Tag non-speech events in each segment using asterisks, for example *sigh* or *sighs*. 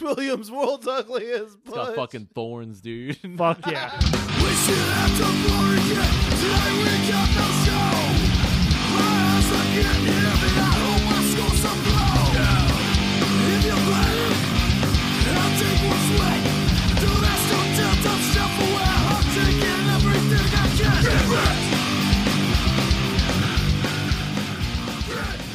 Williams, world's ugliest It's got butch. fucking thorns, dude. *laughs* *laughs* Fuck yeah. We should have to worry yet. Today we got no show. My eyes are getting heavy. I hope my school's a blow. If you play, I'll take what's left. Do this, do tilt, I'm self-aware. I'm taking everything I can.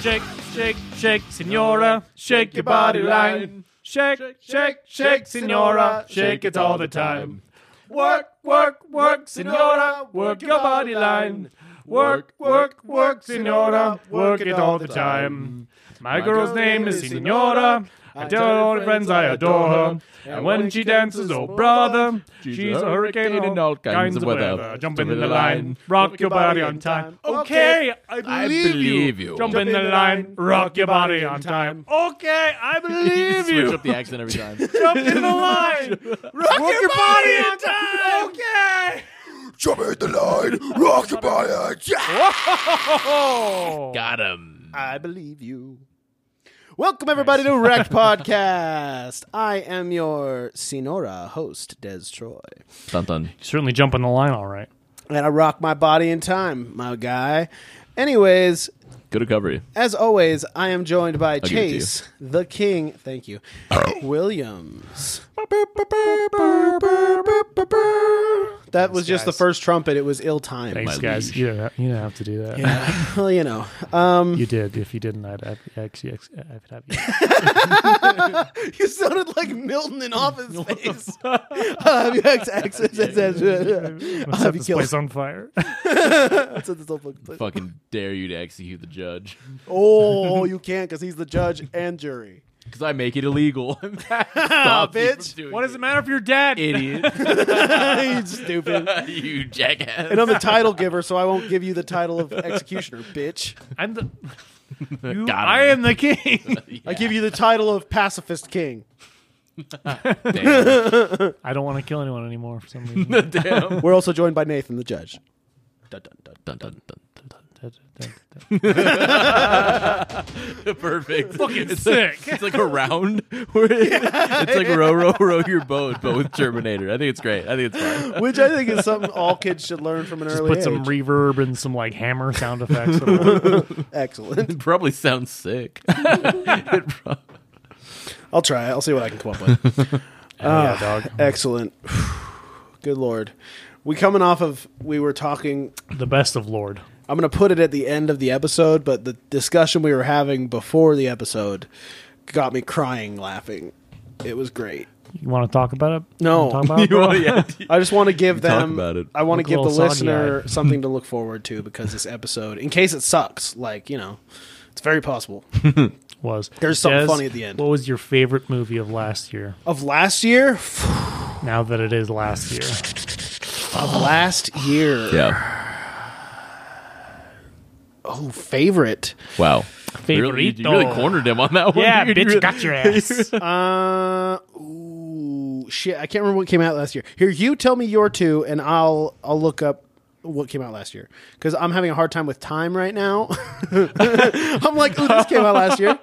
Shake, shake, shake, senora. Shake your body line. Shake, shake, shake, senora. Shake it all the time. Work, work, work, senora. Work your body line. Work, work, work, senora. Work it all the time. My girl's name is senora. I tell all her friends I adore her. And when she dances, oh brother, she's a hurricane in all kinds of weather. Jump in the line, rock your body on time. Okay, I I believe you. believe you. Jump in the line, rock your body on time. Okay, I believe Switch you. up the accent every time. Jump in the line, rock your body on time. Okay. Jump in the line, rock your body, yeah. Oh. *laughs* got him. I believe you. Welcome everybody to *laughs* Wrecked Podcast. I am your Sonora host, Des Troy, Dun dun. Certainly jump in the line, all right. and I rock my body in time, my guy. Anyways, Good recovery. as always, I am joined by give it to Oh. Chase, the King. Thank you, Williams. That was just the first trumpet. It was ill timed. Thanks, My guys. liege. You didn't, have, you didn't have to do that. *laughs* Well, you know, *laughs* You did. If you didn't, I'd have, actually, ex- I'd have you. You sounded like Milton in Office Space. I'll have you ex- ex- ex- ex- ex- I'll have Let's set you this killed. place on fire. Set this whole fucking place. Fucking dare you to execute the judge Oh, you can't because he's the judge and jury. *laughs* because I make it illegal. *laughs* Stop you from bitch. doing what does it matter if you're dead? idiot? He's stupid. *laughs* you jackass. And I'm the title giver, so I won't give you the title of executioner, bitch. I'm the. Got You, him. I am the king. I give you the title of pacifist king. Damn. I don't want to kill anyone anymore for some reason. Damn. We're also joined by Nathan, the judge. Dun, dun, dun, dun, dun, dun, dun. *laughs* Perfect. Fucking it's sick. Like, it's like a round. *laughs* Where it- it's like row, row, row your boat, but with Terminator. I think it's great. I think it's fine. Which I think is something all kids should learn from an early Put age. some reverb and some like hammer sound effects. on it. Excellent. It probably sounds sick. *laughs* I'll try. it. I'll see what I can come up *laughs* with. yeah, dog. Excellent. *sighs* Good lord. We coming off of we were talking The best of Lord. I'm going to put it at the end of the episode, but the discussion we were having before the episode got me crying laughing. It was great. You want to talk about it? No. Wanna *laughs* Talk about it, You bro? wanna- yeah. I just want to give can talk them about it. I want to Look a give the little listener *laughs* soggy-eyed. something to look forward to because this episode in case it sucks, like, you know, it's very possible. Was There's something Des, funny at the end. What was your favorite movie of last year? Of last year, Now that it is last *laughs* year, of last year. *sighs* Yeah. Oh, favorite. Wow. You really, you really Favorito. cornered him on that one. Yeah, dude. bitch, You really- *laughs* got your ass. Um, Uh ooh, shit, I can't remember what came out last year. Here, you tell me your two, and I'll I'll look up what came out last year because I'm having a hard time with time right now. *laughs* I'm like, ooh, this came out last *laughs* year.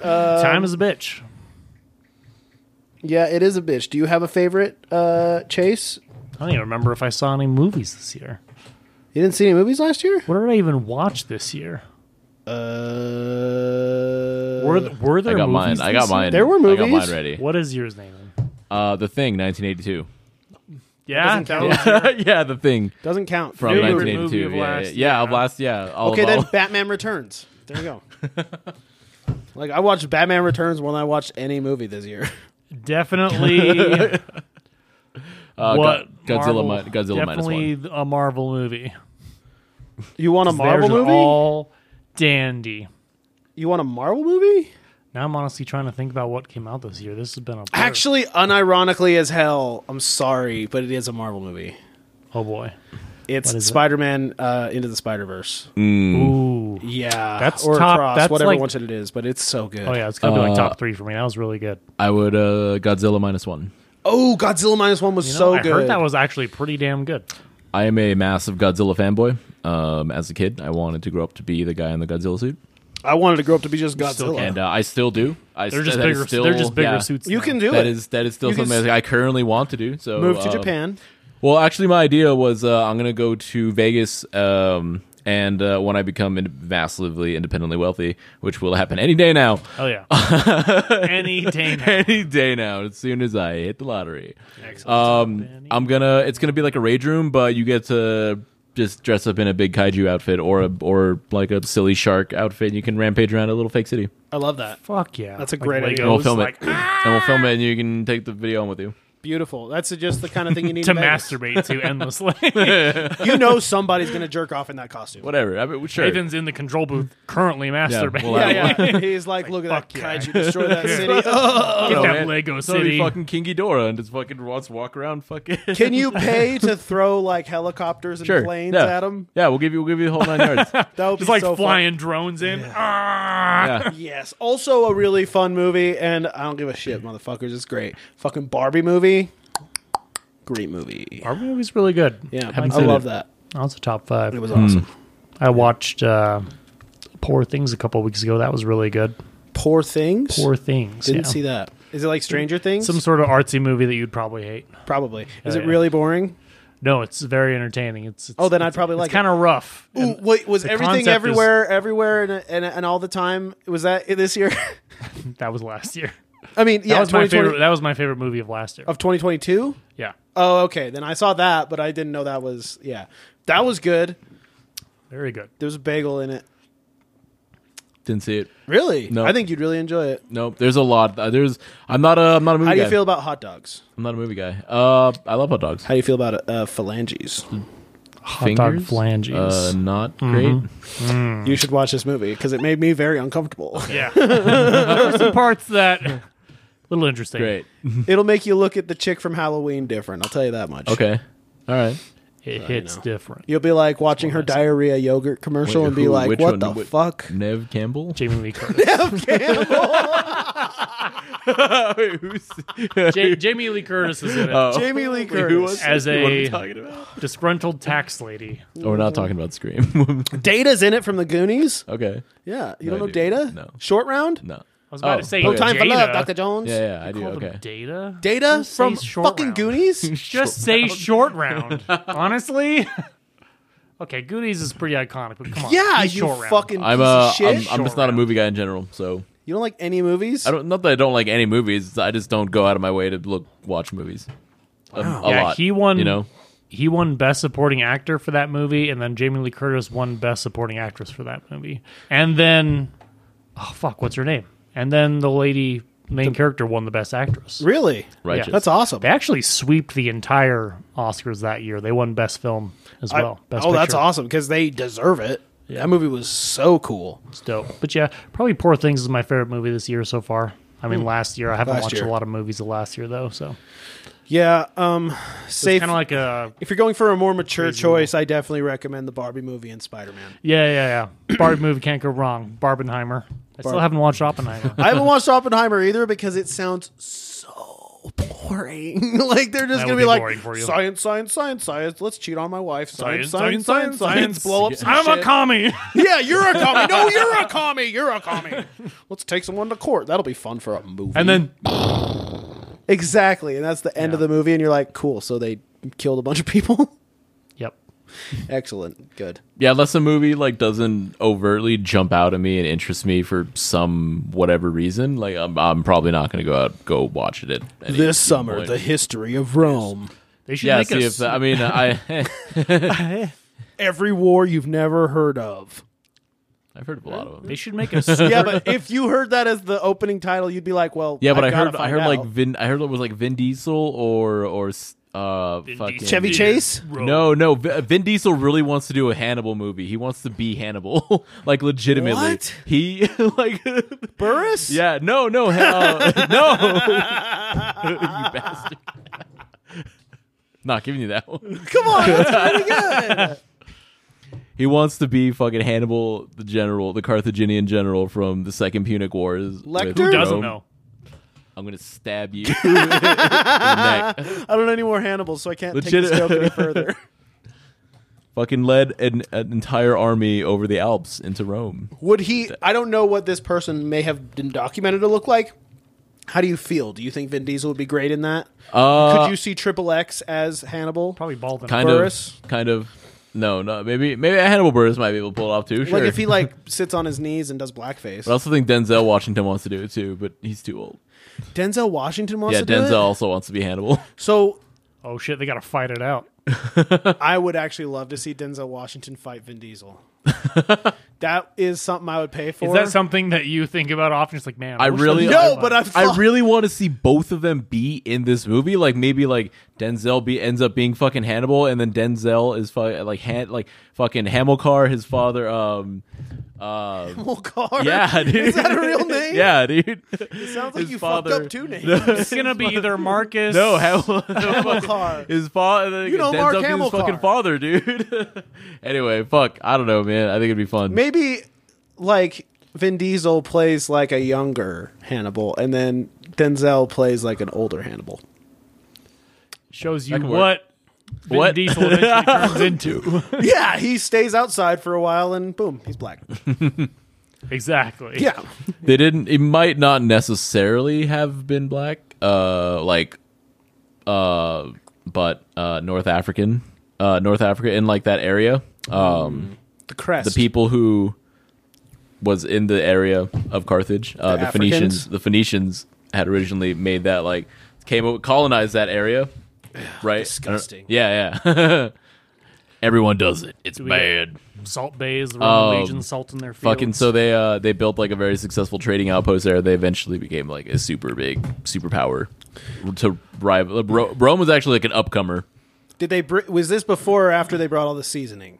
time is a bitch. Yeah, it is a bitch. Do you have a favorite, uh, Chase? I don't even remember if I saw any movies this year. You didn't see any movies last year. What did I even watch this year? Uh, Were, th- were there I got movies mine. I this got year? mine. There were I got movies. mine ready. What is yours, Nathan? Uh, the Thing, 1982. *laughs* Yeah, Doesn't count. yeah, The Thing *laughs* doesn't count. from Favorite 1982. movie of yeah, last yeah, year. yeah, of last, yeah. All okay, of, *laughs* then all- Batman Returns. There you *laughs* go. like I watched Batman Returns when I watched any movie this year. *laughs* definitely. uh, Go- what Godzilla, Marvel- mi- Godzilla minus definitely one. a Marvel movie. You want a Marvel Theirs are movie? All dandy. You want a Marvel movie? Now I'm honestly trying to think about what came out this year. This has been a blur. Actually, unironically as hell. I'm sorry, but it is a Marvel movie. Oh boy. It's What is it? Spider-Man uh, into the Spider-Verse. Mm. Ooh. Yeah, That's or top- Across, that's whatever like- one it is, but it's so good. Oh yeah, it's gonna be like Uh, top three for me. That was really good. I would uh, Godzilla minus one. Oh, Godzilla minus one was You know, so I good. heard that was actually pretty damn good. I am a massive Godzilla fanboy. Um, as a kid, I wanted to grow up to be the guy in the Godzilla suit. I wanted to grow up to be just Godzilla. still can. and uh, I still do. I They're just that is bigger. Still, they're just bigger yeah. suits. You now. can do That it. is that is still You can something s- that I currently want to do. So Move to uh, Japan. Well, actually, my idea was uh, I'm gonna go to Vegas, um, and uh, when I become ind- massively independently wealthy, which will happen any day now, *laughs* Oh yeah. Any day now. any day now, as soon as I hit the lottery. Excellent. Um, I'm gonna. It's gonna be like a rage room, but you get to just dress up in a big kaiju outfit or a or like a silly shark outfit, and you can rampage around a little fake city. I love that. *laughs* Fuck yeah. That's a Like great idea. And we'll Legos, film like, it, and we'll film it, and you can take the video home with you. Beautiful. That's just the kind of thing you need *laughs* to in Vegas. masturbate *laughs* to endlessly. You know somebody's going to jerk off in that costume. Whatever. I mean, sure. Nathan's in the control booth currently masturbating. well, I- Yeah, yeah. *laughs* He's like, look at that Fuck yeah. kaiju destroy *laughs* that city. *laughs* Ugh. I don't Get know, that man. Lego Somebody City. fucking Kingy Dora, and just fucking wants to walk around fucking. Can you pay to throw like helicopters and Sure. planes yeah. at him? Yeah, we'll give you we'll give you the whole nine *laughs* yards. That would be Just like so fun. flying drones in. Ah! Yeah. Yes. Also a really fun movie, and I don't give a shit, motherfuckers. It's great. Fucking Barbie movie. Great movie. Our movie's really good. Yeah, Haven't I seen love it. that. That was a top five. It was awesome. I watched uh, Poor Things a couple weeks ago. That was really good. Poor Things. Poor Things. Didn't yeah. see that. Is it like Stranger Things? Some sort of artsy movie that you'd probably hate. probably. Is Oh, it yeah. really boring? No, it's very entertaining. It's, it's Oh, then I'd it's- probably like It's kind of rough. Ooh, wait, was the everything concept everywhere, everywhere, and, and and all the time? Was that it this year? And That was last year. *laughs* I mean, That yeah, was my 2020 favorite. That was my favorite movie of last year. of 2022. yeah, Oh, okay. Then I saw that, but I didn't know that was yeah. That was good. *laughs* very good. There was a bagel in it. Didn't see it. Really? No. I think you'd really enjoy it. Nope. There's a lot. Uh, there's. I'm not a. I'm not a movie How do guy. you feel about hot dogs? I'm not a movie guy. Uh, I love hot dogs. How do you feel about uh, phalanges? Mm-hmm. Hot dog Mm-hmm. Fingers? flanges. Uh, not great. You should watch this movie because it made me very uncomfortable. yeah, There were some parts that *laughs* a little interesting. Great. *laughs* It'll make you look at the chick from Halloween different. I'll tell you that much. Okay. All right. It hits different. *laughs* You'll be like watching her diarrhea yogurt commercial Wait, and be who- like, which "What one? the Which- *laughs* fuck?" *laughs* Nev Campbell. Jamie Lee Curtis. *laughs* Wait, who's Ja- Jamie Lee Curtis is in it Oh. Jamie Lee Curtis. who was *laughs* as What are we a talking about? disgruntled tax lady. Oh, we're not talking about Scream. *laughs* Data's in it from the Goonies. okay. Yeah, you don't No, know I do. Data? No. Short round. No. I was about to say, No Yeah. time for Data. love, Doctor Jones. Yeah, yeah, I do. Call them Okay. Data. Data say from short fucking *laughs* round. Goonies. Just say *laughs* short round. Honestly. *laughs* Okay, Goonies is pretty iconic, but come on. yeah, use you short round. fucking I'm piece uh, of shit. I'm, I'm just not a Short movie guy in general. So you don't like any movies? I don't. Not that I don't like any movies. I just don't go out of my way to look watch movies. Um, a Yeah, lot. he won- You know. He won Best Supporting Actor for that movie, and then Jamie Lee Curtis won Best Supporting Actress for that movie. And then, oh fuck, what's her name? And then the lady main character won the Best Actress. Really? Righteous. Yeah. That's awesome. They actually sweeped the entire Oscars that year. They won Best Film as I- well. Best oh, that's Picture. awesome because they deserve it. That movie was so cool. It's dope. But yeah, probably Poor Things is my favorite movie this year so far. I mean, last year I haven't Hmm. Last watched year. a lot of movies of last year though, so Yeah. Um. Safe. it's kind of like a if you're going for a more mature choice, I definitely recommend the Barbie movie and Spider Man. yeah, yeah, *clears throat* yeah. Barbie movie can't go wrong. Barbenheimer. I still Barb- haven't watched *laughs* Oppenheimer. I haven't watched Oppenheimer either because it sounds so boring. *laughs* like they're just That gonna would be, be like boring for you. science, science, science, science. Let's cheat on my wife. Science, science, Science, science, science. science, science. Blow up. Some I'm shit. a commie. Yeah, you're a commie. No, you're a commie. You're a commie. Let's take someone to court. That'll be fun for a movie. *laughs* and then exactly, and that's the end of the movie, and you're like, cool. So they killed a bunch of people. *laughs* yep. Excellent. Good. Yeah, unless a movie like doesn't overtly jump out at me and interest me for some whatever reason, like I'm, I'm probably not going to go out go watch it. At any This summer, point. the history of Rome. They should yeah, make see a if that, I mean I *laughs* Every war you've never heard of. I've heard of a lot of them. they *laughs* should make a super, Yeah, *laughs* but if you heard that as the opening title, you'd be like, well, Yeah, but I I've gotta heard I find heard out. like Vin I heard it was like Vin Diesel or or uh fucking Chevy Chase? No, no. Vi- Vin Diesel really wants to do a Hannibal movie. He wants to be Hannibal, *laughs* like legitimately. What? He *laughs* like, Burris? yeah. No, no, hell, no. *laughs* you bastard. Not giving you that one. *laughs* Come *laughs* on, that's pretty good. He wants to be fucking Hannibal, the general, the Carthaginian general from the Second Punic Wars. with Lecter? Who doesn't Rome. know. I'm gonna stab you. *laughs* in the neck. I don't know any more Hannibals, so I can't *laughs* Legit- take this joke any further. Fucking led an, an entire army over the Alps into Rome. Would he? I don't know what this person may have been documented to look like. How do you feel? Do you think Vin Diesel would be great in that? Uh, Could you see Triple X as Hannibal? Probably bald and kind Burris? of, kind of. No, no, maybe maybe Hannibal Burris might be able to pull it off too. Sure. Like if he *laughs* like sits on his knees and does blackface. I also think Denzel Washington wants to do it too, but he's too old. Denzel Washington wants yeah, to do Denzel it. also wants to be Hannibal. *laughs* So Oh shit, they gotta fight it out. I would actually love to see Denzel Washington fight Vin *laughs* Diesel. that is something I would pay for. Is that something that you think about often? It's like, man, I wish really- that- No, but *laughs* I. I thought- really want to see both of them be in this movie. Like maybe like Denzel be ends up being fucking Hannibal, and then Denzel is fu- like Han- like fucking Hamilcar, his father. Um, uh, Well, Carr, *laughs* yeah, dude. Is that a *laughs* real name? yeah, dude. Sounds like His you fucked father- up two *laughs* names. *laughs* it's gonna be either Marcus. No, *laughs* Hamilcar. Carr. His father, You know Denzel Mark being his Hamilcar. fucking father, dude. *laughs* anyway, fuck. I don't know, man. I think it'd be fun. Maybe like Vin Diesel plays like a younger Hannibal, and then Denzel plays like an older *laughs* Hannibal. shows you could what work. Vin What? Diesel *laughs* eventually turns into. Yeah, he stays outside for a while, and boom, he's black. Exactly. Yeah, They didn't. It might not necessarily have been black. Uh, like, uh, but uh, North African, uh, North Africa in like that area. Um, the crest. the people who was in the area of Carthage, uh, The the, Phoenicians. Africans? The Phoenicians had originally made that like came o- colonized that area, right? disgusting. I don't- Yeah, yeah. *laughs* Everyone does it. It's we bad. Salt bays, the Roman Um, Legion, salt in their fields. Fucking so they uh they built like a very successful trading outpost there. They eventually became like a super big superpower to rival. Ro- Rome was actually like an upcomer Did they? Br- was this before or after they brought all the seasoning?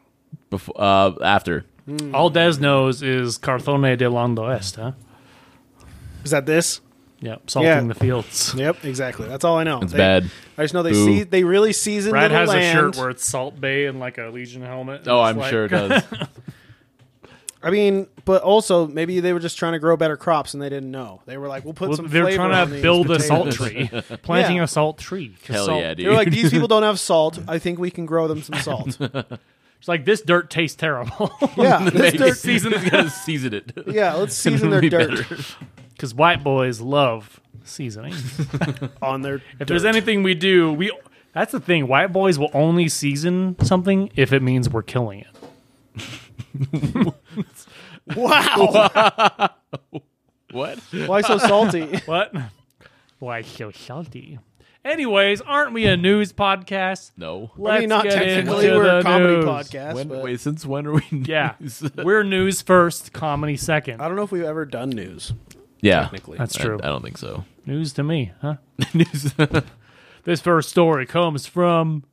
before uh after. All Des knows is Carthone de Londo Est, huh? Is that this? Yeah, salting Yeah. *laughs* the fields. Yep, exactly. That's all I know. It's They- bad. I just know they Boo. see they really season. Brad the has land. a shirt where it's Salt Bay and like a Legion helmet. and Oh, it's I'm like- sure *laughs* it does. I mean, but also maybe they were just trying to grow better crops and they didn't know. They were like, "We'll put Well, some." they're flavor trying on to these build a salt *laughs* potatoes. tree, planting Yeah. a salt tree. 'Cause Hell salt- yeah, dude. They're like, "These people don't have salt. I think we can grow them some salt." *laughs* It's like this dirt tastes terrible *laughs* Yeah, this *laughs* Maybe dirt, *laughs* season is gonna season it. yeah. Let's season their Be dirt better. *laughs* because white boys love *laughs* seasoning. on their. If there's anything we do, we that's the thing. White boys will only season something if it means we're killing it. *laughs* Wow, *laughs* What? why so salty? *laughs* What? Why so salty? Anyways, aren't we a news podcast? No. Let's I mean, not get technically, into we're the a comedy news. podcast. but wait, since when are we? *laughs* *laughs* Yeah, uh, we're news first, comedy second. I don't know if we've ever done news. yeah. Technically. That's I- true. I, don't think so. News to me, *laughs* huh? This first story comes from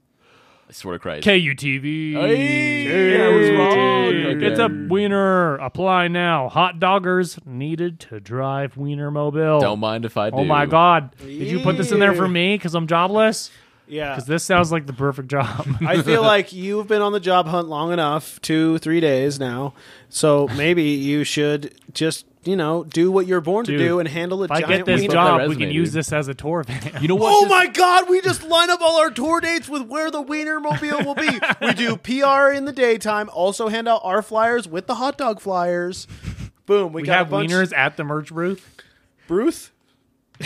I swear to Christ. KUTV. Hey, I was wrong. It's a Okay. wiener. Apply now. Hot doggers needed to drive wiener mobile. Don't mind if I do. Oh my god! Did you put this in there for me? Because I'm jobless. Yeah, Because this sounds like the *laughs* perfect job. I *laughs* feel like you've been on the job hunt long enough, two, three days now. So maybe you should just, you know, do what you're born Dude, to do and handle a If I giant get this wiener. Look at job, that we can resume, use dude. this as a tour van. You know what? Oh Just- my God! We just line up all our tour dates with where the wiener mobile will be. we *laughs* do PR in the daytime. Also hand out our flyers with the hot dog flyers. Boom! We, we got have a bunch. wieners at the merch booth. Bruce.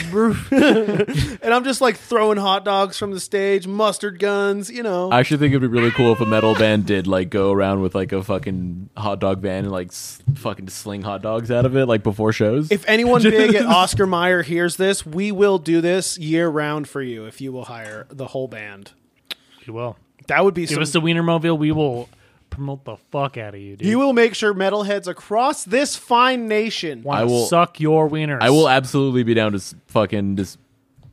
*laughs* and I'm just like throwing hot dogs from the stage, mustard guns, you know. I actually think it'd be really cool if a metal band did like go around with like a fucking hot dog van and like s- fucking sling hot dogs out of it like before shows. If anyone big at Oscar Mayer hears this, we will do this year round for you if you will hire the whole band. We will That would be give some, us the wiener mobile. We will promote the fuck out of you, dude. You will make sure metalheads across this fine nation. Wanna I will- suck your wieners. I will absolutely be down to s- fucking just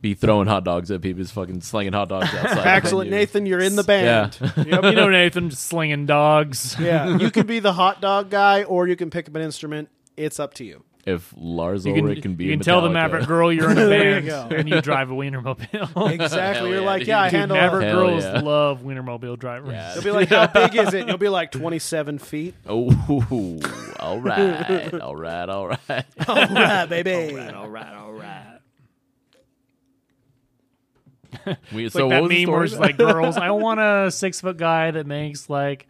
be throwing hot dogs at people, just fucking slinging hot dogs outside. the Excellent, venue. Nathan, you're in the band. *laughs* Yeah. you know Nathan just slinging dogs. Yeah. you could be the hot dog guy or you can pick up an instrument. It's up to you. if Lars You Ulrich can be, you in can tell the Metallica. *laughs* Maverick girl you're in a There band you go. and you drive *laughs* a Wienermobile. Exactly. Hell You're yeah, like, dude. yeah, I Dude, handle Maverick it. Hell girls yeah. love Wienermobile drivers. They'll be like, how big is it? And you'll be like, 27 feet. Oh, all right, all right, all right. Ah, All right, baby. All right, all right. We, like so that what was the meme where story? it's like girls, I want a six foot guy that makes like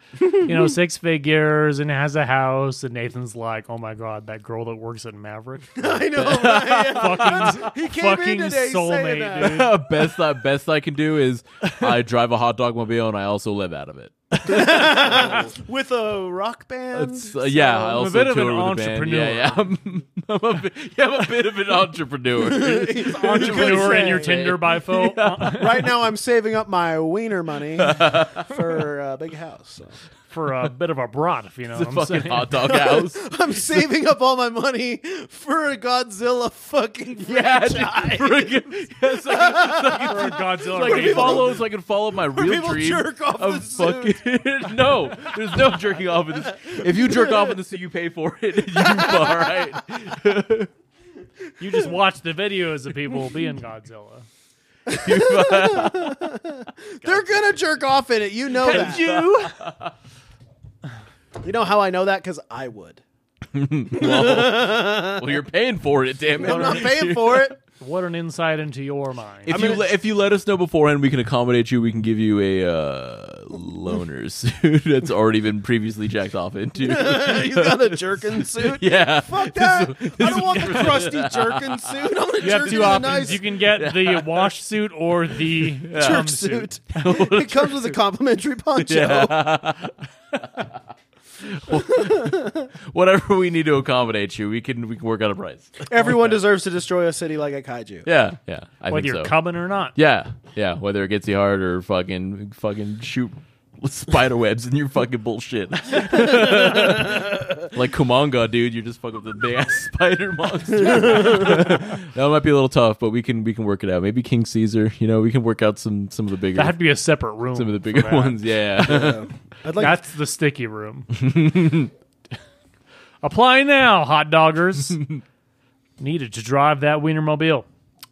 *laughs* you know six figures and has a house. And Nathan's like, oh my god, that girl that works at Maverick, *laughs* I know. Right? fucking, he came fucking in today saying that. soulmate, *laughs* dude. *laughs* best I best I can do is I drive a hot dog mobile and I also live out of it. with a rock band. It's, uh, yeah, I I'm a also bit of tour an with a band. entrepreneur. Yeah, *laughs* yeah. I'm, I'm a bit, yeah, I'm a bit of an *laughs* entrepreneur. Entrepreneur in your say. *laughs* Tinder bifo. right now, I'm saving up my wiener money *laughs* for a big house. so. for a bit of a brat, if you know the what I'm fucking saying. hot dog house. *laughs* I'm saving up all my money for a Godzilla fucking Yeah, *laughs* dude, franchise. for a good- *laughs* it's like, for a Godzilla like I game. can follow, so I can follow my real people dream jerk off of the suit. fucking. *laughs* no, there's no jerking off in this. If you jerk off in the suit, you pay for it. *laughs* you all *laughs* right? You just watch the videos of people being Godzilla. They're gonna jerk off in it. You know that. You? You know how I know that? Because I would. well, well, you're paying for it. Damn it! I'm not paying for *laughs* it. What an insight into your mind. If you le- if you let us know beforehand, we can accommodate you. We can give you a uh, loaner *laughs* suit that's already been previously jacked *laughs* off into. He's got a jerkin suit. yeah, Fuck that. I don't want the crusty jerkin suit. I want a You have jerkin in two a options. nice You can *laughs* get the wash suit or the jerk um, suit. *laughs* suit. it comes with a complimentary poncho. *laughs* whatever we need to accommodate you, we can we can work out a price. Everyone deserves to destroy a city like a kaiju. Yeah, yeah, I Whether think you're so. coming or not. yeah, yeah, whether it gets you hard or fucking fucking shoot spider webs in your fucking bullshit. like Kumanga, dude, you're just fucking with the big ass *laughs* spider monster. that might be a little tough, but we can we can work it out. Maybe King Caesar, you know, we can work out some some of the bigger That'd be a separate room. some of the for bigger that. *laughs* ones. *laughs* Yeah. I'd like That's the sticky room. *laughs* Apply now, hot doggers. *laughs* Needed to drive that Wienermobile.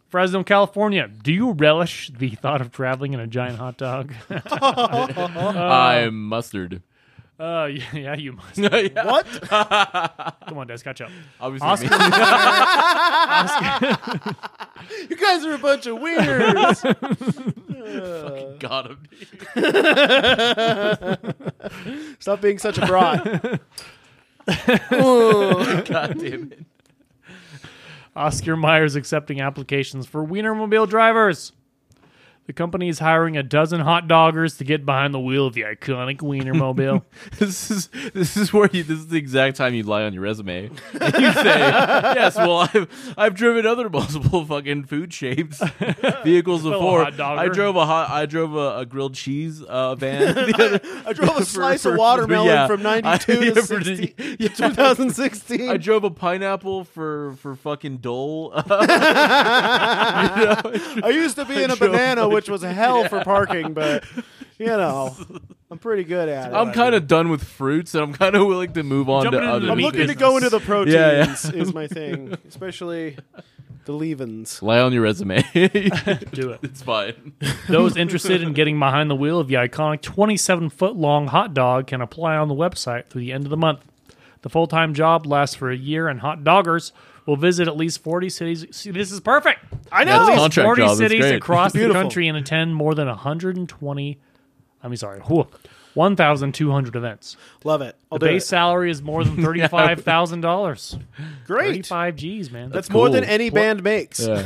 Fresno, California. Do you relish the thought of traveling in a giant hot dog? I'm mustard. *laughs* uh, *laughs* yeah, yeah, you must. yeah. what? Come on, Des, catch up. Obviously Oscar, *laughs* me. You guys are a bunch of weirdos. God, I'm- *laughs* Stop being such a brat. God damn it. Oscar Myers accepting applications for Wienermobile drivers. The company is hiring a dozen hot doggers to get behind the wheel of the iconic Wienermobile. *laughs* This is this is where you, this is the exact time you lie on your resume. And you say, "Yes, well, I've I've driven other multiple fucking *laughs* food shapes vehicles before. hot dogger. I drove a hot I drove a, a grilled cheese *laughs* uh, van. *laughs* The other- I drove a slice for- of watermelon yeah. from I- *laughs* 92 yeah, to for- *laughs* 60, yeah. 2016. I drove a pineapple for for fucking Dole. *laughs* I used to be in a drove banana, which was hell for parking, but you know, I'm pretty good at it. I'm kind of done with fruits, and I'm kind of willing to move on Jumping to into other. the I'm meat looking to business. go into the proteins Yeah, yeah. is my thing, especially the leavens. Lie on your resume. *laughs* it's Do it. fine. Those interested in getting behind the wheel of the iconic 27 foot long hot dog can apply on the website through the end of the month. The full time job lasts for a year, and hot doggers will visit at least 40 cities. See, this is perfect. I Yeah, know. it's At least contract 40 job. That's cities great. across the Beautiful. country and attend more than 120, I mean, sorry, whew, 1,200 events. Love it. I'll The do base it. salary is more than *laughs* $35,000. Great. 35 G's, man. That's more than cool. any band makes. Yeah.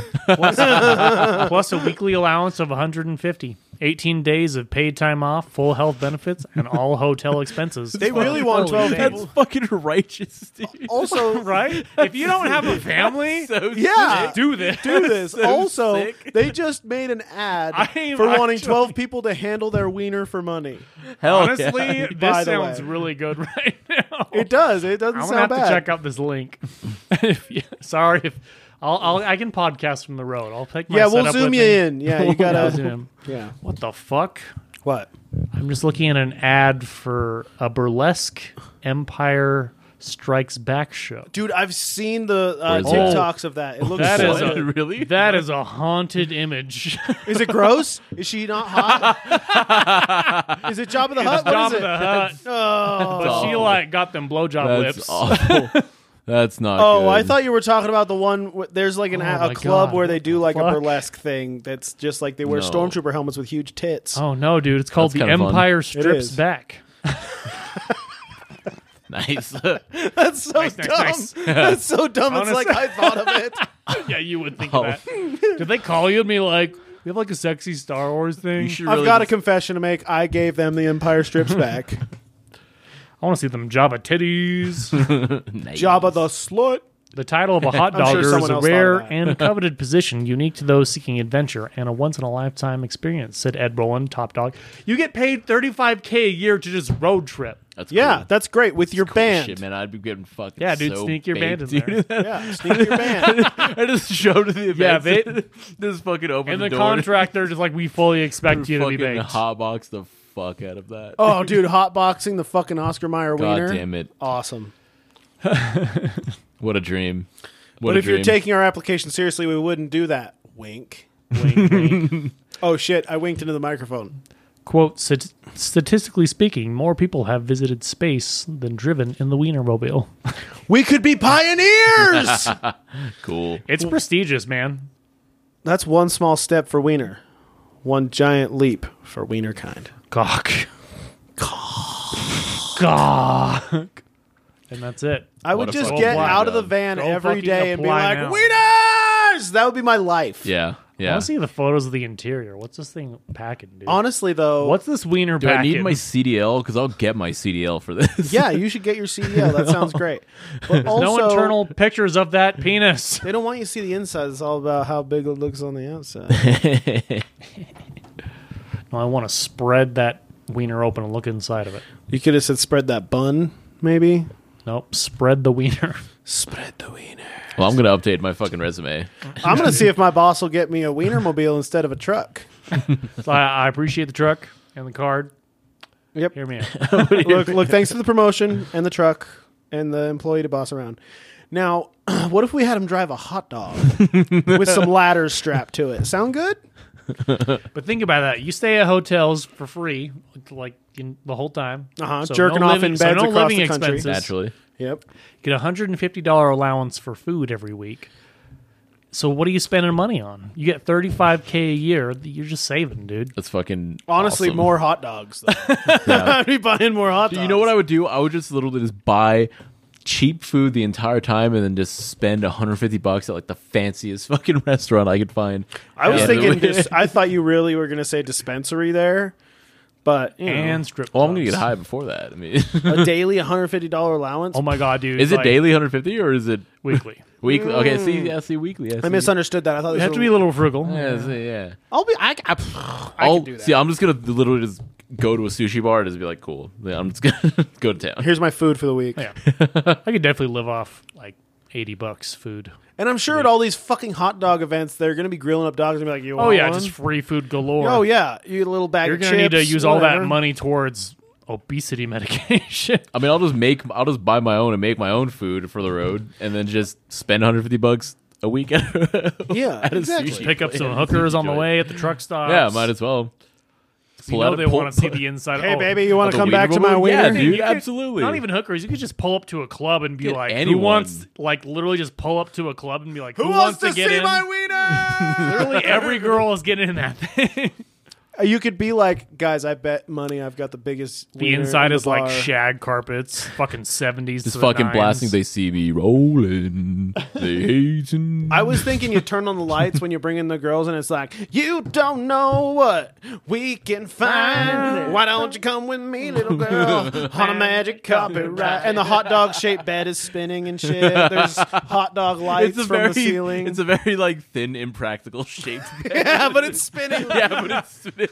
plus a weekly allowance of 150 18 days of paid time off full health benefits and all hotel expenses They really want 12 *laughs* That's people. fucking righteous, dude. *laughs* Also, *laughs* right if you don't have *laughs* a family So yeah, do this do *laughs* this. also, sick. they just made an ad I- for I wanting should- 12 people to handle their wiener for money. hell honestly yeah. By the this sounds way. really good *laughs* right now It does. It doesn't i'm gonna sound have bad. to check out *laughs* this link *laughs* if you, sorry if I'll, I'll i can podcast from the road i'll pick my yeah, we'll setup zoom with you me. in. Yeah, *laughs* you Yeah, gotta. zoom. Yeah. what the fuck What? I'm just looking at an ad for a burlesque Empire Strikes Back show. Dude, I've seen the uh, Where is it? TikToks of that. It looks That so *laughs* is good. a- really That is a haunted *laughs* image. Is it gross? is she not hot? *laughs* is it Job of the Hut? What Job is of it? the Hutt. Oh, But she awful. like got them blowjob That's *laughs* lips. awful. That's not. Oh, good. I thought you were talking about the one. w- There's like an, Oh a my club God, where what they do like a fuck? burlesque thing that's just like they wear No. stormtrooper helmets with huge tits. Oh no, dude! It's called That's the kinda fun. Empire Strips is. *laughs* Back. *laughs* nice. *laughs* That's so nice, dumb. *laughs* nice. That's so dumb. It's Honest- like I thought of it. yeah, you would think Oh. of that. Did they call you and be like, "We have like a sexy Star Wars thing"? you should I've really got a just- confession to make. I gave them the Empire strips back. I want to see them Java titties. *laughs* Nice. Jabba the slut. The title of a hot I'm sure dogger is someone a else thought of rare that. *laughs* and coveted position unique to those seeking adventure and a once in a lifetime experience, said Ed Brolin, top dog. You get paid 35K a year to just road trip. That's Yeah, cool. that's great with your band. Shit, man, I'd be getting fucking Yeah, dude, so sneak your band in baked, there. dude. Yeah, sneak your band. *laughs* I just showed to the event. *laughs* Yeah, *laughs* *laughs* just fucking open In the, the door. *laughs* contract, they're just like, we fully expect you to be fucking baked. hotbox the fuck out of that. Oh, dude, hotboxing the fucking Oscar Mayer God wiener. damn it! Awesome. What a dream. What But a if you're dream. taking our application seriously, we wouldn't do that. Wink. Wink, wink. Oh shit! I winked into the microphone. Quote, "Stat- statistically speaking, more people have visited space than driven in the Wienermobile. We could be pioneers. cool, It's prestigious, man. *laughs* That's one small step for Wiener, one giant leap for Wiener kind. Cock. Cock. And that's it. I What would a just fucking get apply out of the now. van Go every fucking day and be apply like, now. Wieners! That would be my life. yeah, I yeah. want to see the photos of the interior. What's this thing packing, dude? Honestly, though, What's this wiener Do I packing? need my CDL? Because I'll get my CDL for this. *laughs* yeah, you should get your *laughs* CDL. That sounds great. But also, no internal pictures of that penis. *laughs* they don't want you to see the inside. It's all about how big it looks on the outside. *laughs* No, I want to spread that wiener open and look inside of it. you could have said, spread that bun, maybe. Nope, spread the wiener. *laughs* Spread the wiener. *laughs* well, I'm gonna update my fucking resume. I'm *laughs* going to see if my boss will get me a wiener mobile instead of a truck. So I, I appreciate the truck and the card. Yep. Hear me *laughs* out. look, look, thanks for the promotion and the truck and the employee to boss around. Now, *clears throat* what if we had him drive a hot *laughs* dog with some ladders strapped to it? Sound good? But think about that. You stay at hotels for free, like in, the whole time. Uh-huh, jerking off in so beds no across living the country. expenses. Naturally, Yep. Get a hundred and fifty dollar allowance for food every week. So what are you spending money on? You get thirty five k a year. that You're just saving, dude. that's fucking Honestly, awesome. more hot dogs. *laughs* Though. I'd be buying more hot dogs. You know what I would do? I would just literally just buy cheap food the entire time and then just spend 150 bucks at like the fanciest *laughs* fucking restaurant I could find. I was Yeah, thinking. literally. Dis- I thought you really were going to say dispensary there, but you know, And strip. Well, Oh, I'm gonna clubs. get high before that. I mean, *laughs* *laughs* a daily one hundred fifty dollar allowance. Oh my god, dude! is it like, daily 150 or is it *laughs* weekly? weekly? Okay, see, yeah, see, weekly. Mm. I misunderstood that. I thought You this have to was- be a little frugal. Yeah, see, yeah. I'll be. I, I, I I'll- can do that. See, I'm just gonna literally just go to a sushi bar and just be like, cool. Yeah, I'm just gonna *laughs* go to town. Here's my food for the week. Yeah. I could definitely live off like eighty bucks food. And I'm sure at all these fucking hot dog events, they're going to be grilling up dogs and be like, "You Oh want yeah, one? just free food galore. oh yeah, you get a little bag You're of gonna chips." need to use all whatever. that money towards obesity *laughs* medication. *laughs* I mean, I'll just make, I'll just buy my own and make my own food for the road, and then just spend 150 bucks a week. *laughs* At a *laughs* *laughs* Yeah, at a exactly. sushi Pick up some place. hookers on the Enjoy. way at the truck stop. Yeah, might as well. You pull out know a- they pull- want to see pull- *laughs* the inside. Hey oh, baby, you want the to come wiener back to my woman? Yeah, wiener? dude. you could- absolutely. Not even hookers. You could just pull up to a club and be Get like, anyone. "Who wants?" Like literally, just pull up to a club and be like, "Who, *laughs* Who wants to get see *laughs* in?" my wiener? Literally, every girl is getting in *laughs* that thing. you could be like, guys, I bet money I've got the biggest. the wiener inside in the is like bar." shag carpets, fucking seventies. Just fucking blasting. They see me rolling. They hating. I was thinking you turn on the lights when you bring in the girls, and it's like, you don't know what we can *laughs* find. Why don't you come with me, little girl, *laughs* on a magic carpet ride? And the hot dog shaped bed is spinning and shit. There's hot *laughs* dog lights *laughs* it's a from very, the ceiling. it's a very like thin, impractical shaped. bed. *laughs* yeah, but it's *laughs* spinning. yeah, but it's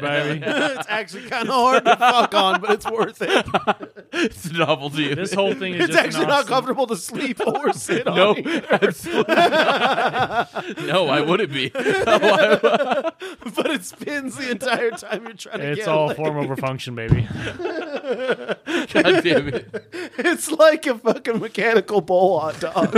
*laughs* baby. it's actually kind of hard to fuck on, but it's worth it. it's a novelty. This whole thing is It's just actually an not awesome- comfortable to sleep or sit on. *laughs* no, absolutely not. *laughs* no, I wouldn't be. Why would- but it spins the entire time you're trying to It's get all laid. form over function, baby. God damn it! It's like a fucking mechanical bowl hot dog.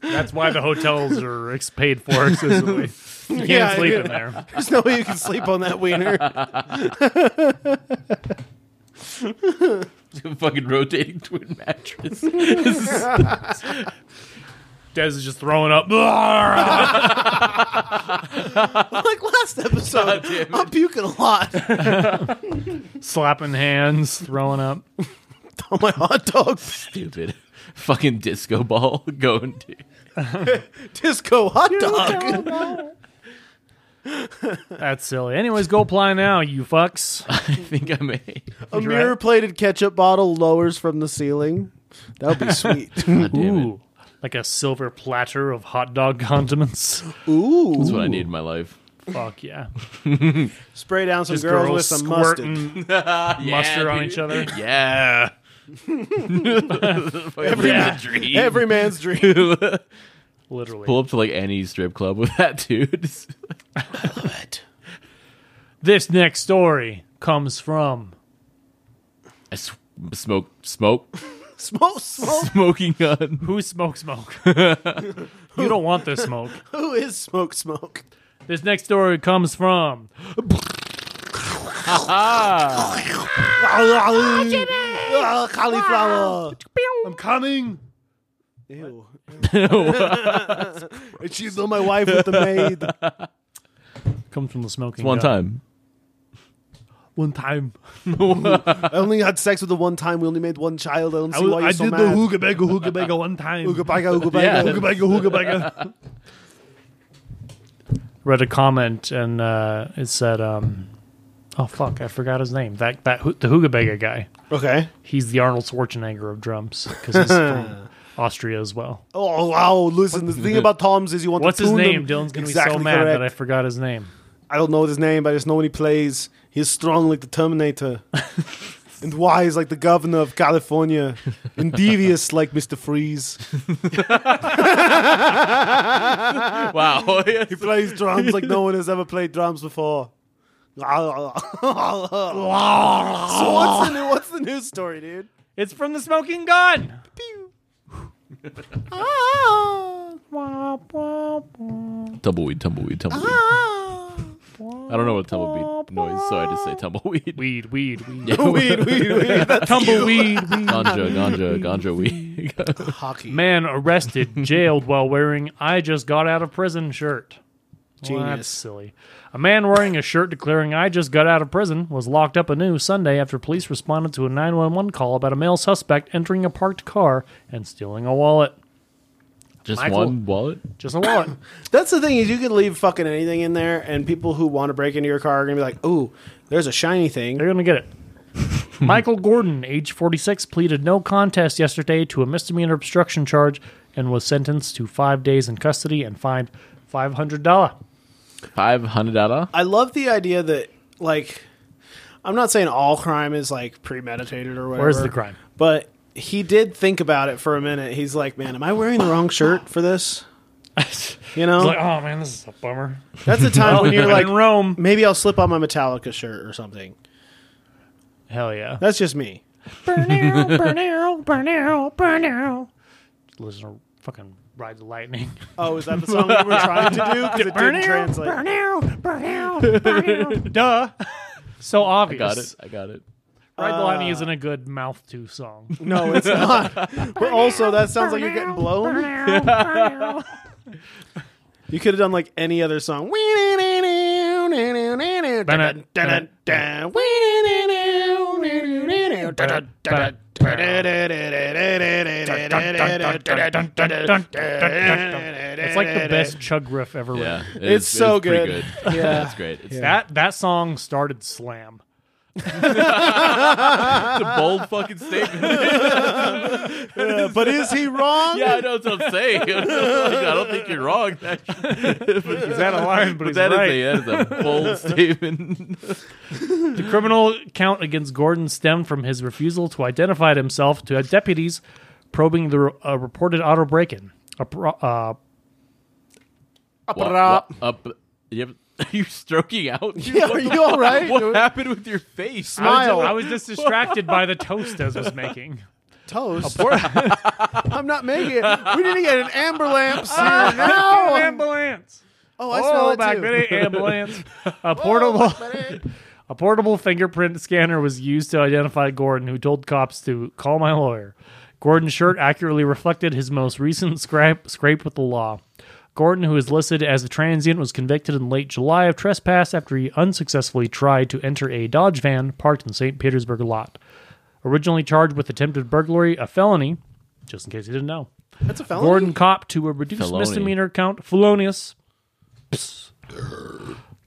That's why the hotels *laughs* are ex- paid for exclusively. You can't Yeah, sleep yeah. in there. *laughs* There's no way you can sleep on that wiener. fucking rotating twin mattress. *laughs* Des is just throwing up. *laughs* Blah! like last episode, damn I'm puking a lot Slapping hands, throwing up. on my hot dog. Stupid. Fucking disco ball *laughs* going to. Disco hot dog. That's silly. Anyways, go apply now, you fucks. I think I may. A mirror plated ketchup bottle lowers from the ceiling. That would *laughs* be sweet. God damn it. Ooh. Like a silver platter of hot dog *laughs* condiments. Ooh. That's what I need in my life. Fuck yeah. Spray down some Just girls, girls with some mustard. squirting mustard on each other. *laughs* Yeah. Every Yeah. dream. Every man's *laughs* dream. Literally. Pull up to like any strip club with that dude. *laughs* This next story comes from I s- smoke, smoke, *laughs* smoke, smoke. smoking gun. Who Smoke Smoke? *laughs* you don't want this smoke. Who is smoke, smoke? This next story comes from Oh, Ah, cauliflower. I'm coming. Ew. *laughs* and she's on my wife with the maid. Comes from the smoking. One gun. time. One time. I only had sex with the one time. We only made one child. I don't see why you're so mad. bagga hooga bagga one time. Ooga baga, ooga baga, Yeah. ooga baga. *laughs* Read a comment and uh, it said, um, "Oh fuck, I forgot his name. That that hoo- the hooga bagga guy. Okay. He's the Arnold Schwarzenegger of drums because he's *laughs* from Austria as well. Oh wow! Listen, the thing about Tom's is you want What's to his tune name? them. Dylan's gonna exactly be so mad correct. that I forgot his name. I don't know his name, but I just know when he plays, he's strong like the Terminator, and wise like the governor of California, and devious like Mister Freeze. Wow. He *laughs* plays drums like no one has ever played drums before. *laughs* so what's the new? What's the news story, dude? It's from the smoking gun. *laughs* tumbleweed, tumbleweed, tumbleweed. I don't know what a tumbleweed noise, so I just say tumbleweed. Weed, weed, *laughs* weed. Weed, weed, weed. Tumbleweed, *laughs* weed. Ganja, ganja, ganja weed. *laughs* Hockey. Man arrested, jailed while wearing I just got out of prison shirt. Well, Genius. that's silly. A man wearing a shirt declaring I just got out of prison was locked up anew Sunday after police responded to a 911 call about a male suspect entering a parked car and stealing a wallet. Just Michael. one wallet? Just a wallet. That's the thing is you can leave fucking anything in there, and people who want to break into your car are gonna be like, "Ooh, there's a shiny thing." They're going to get *laughs* it. Michael Gordon, age 46, pleaded no contest yesterday to a misdemeanor obstruction charge and was sentenced to five days in custody and fined $500. Five hundred dollar? I love the idea that like I'm not saying all crime is like premeditated or whatever. Where's the crime? But he did think about it for a minute. He's like, "Man, am I wearing the wrong shirt for *laughs* this?" You know, It's like, oh man, this is a bummer. *laughs* that's the time when you're like, *laughs* in Rome. "Maybe I'll slip on my Metallica shirt or something." Hell yeah. That's just me. *laughs* Burnell, Burnell, Burnell, Burnell. Listen to fucking Ride the *laughs* Lightning. Oh, is that the song we were trying to do? Because it didn't translate. Burnell, *laughs* Burnell, Burnell. Duh. *laughs* So obvious. Got it. I got it. Ride the Lightning isn't a good mouth to song. No, it's not. But also, that sounds like you're getting blown. You could have done like any other song. It's like the best chug riff ever Yeah. written. it It's is- so pretty good. *laughs* good. Yeah. That's great. It's That that song started slam. a bold fucking statement. But is he wrong? yeah, I know what I'm saying. *laughs* Like, I don't think you're wrong. That, that Is that a *laughs* line? But, is a, that is *laughs* a bold statement. The criminal count against Gordon stemmed from his refusal to identify himself to deputies probing the re- uh, reported auto break-in. A pro- uh, Wa- wa- up. Yep. *laughs* Are you stroking *laughs* out? Yeah, are you all right? What happened with your face? I, Smile. was, I was just distracted by the toast Des *laughs* was making. toast. I'm not making it. We need to get an amber lamp here now. ambulance. Oh, I smell it back too. *laughs* Oh, ambulance. A portable, A portable fingerprint scanner was used to identify Gordon, who told cops to call my lawyer. Gordon's shirt accurately reflected his most recent scrape, scrape with the law. Gordon, who is listed as a transient, was convicted in late July of trespass after he unsuccessfully tried to enter a Dodge van parked in St. Petersburg lot. Originally charged with attempted burglary, a felony, just in case you didn't know. That's a felony. Gordon cop to a reduced Felony. misdemeanor count, felonious Psst.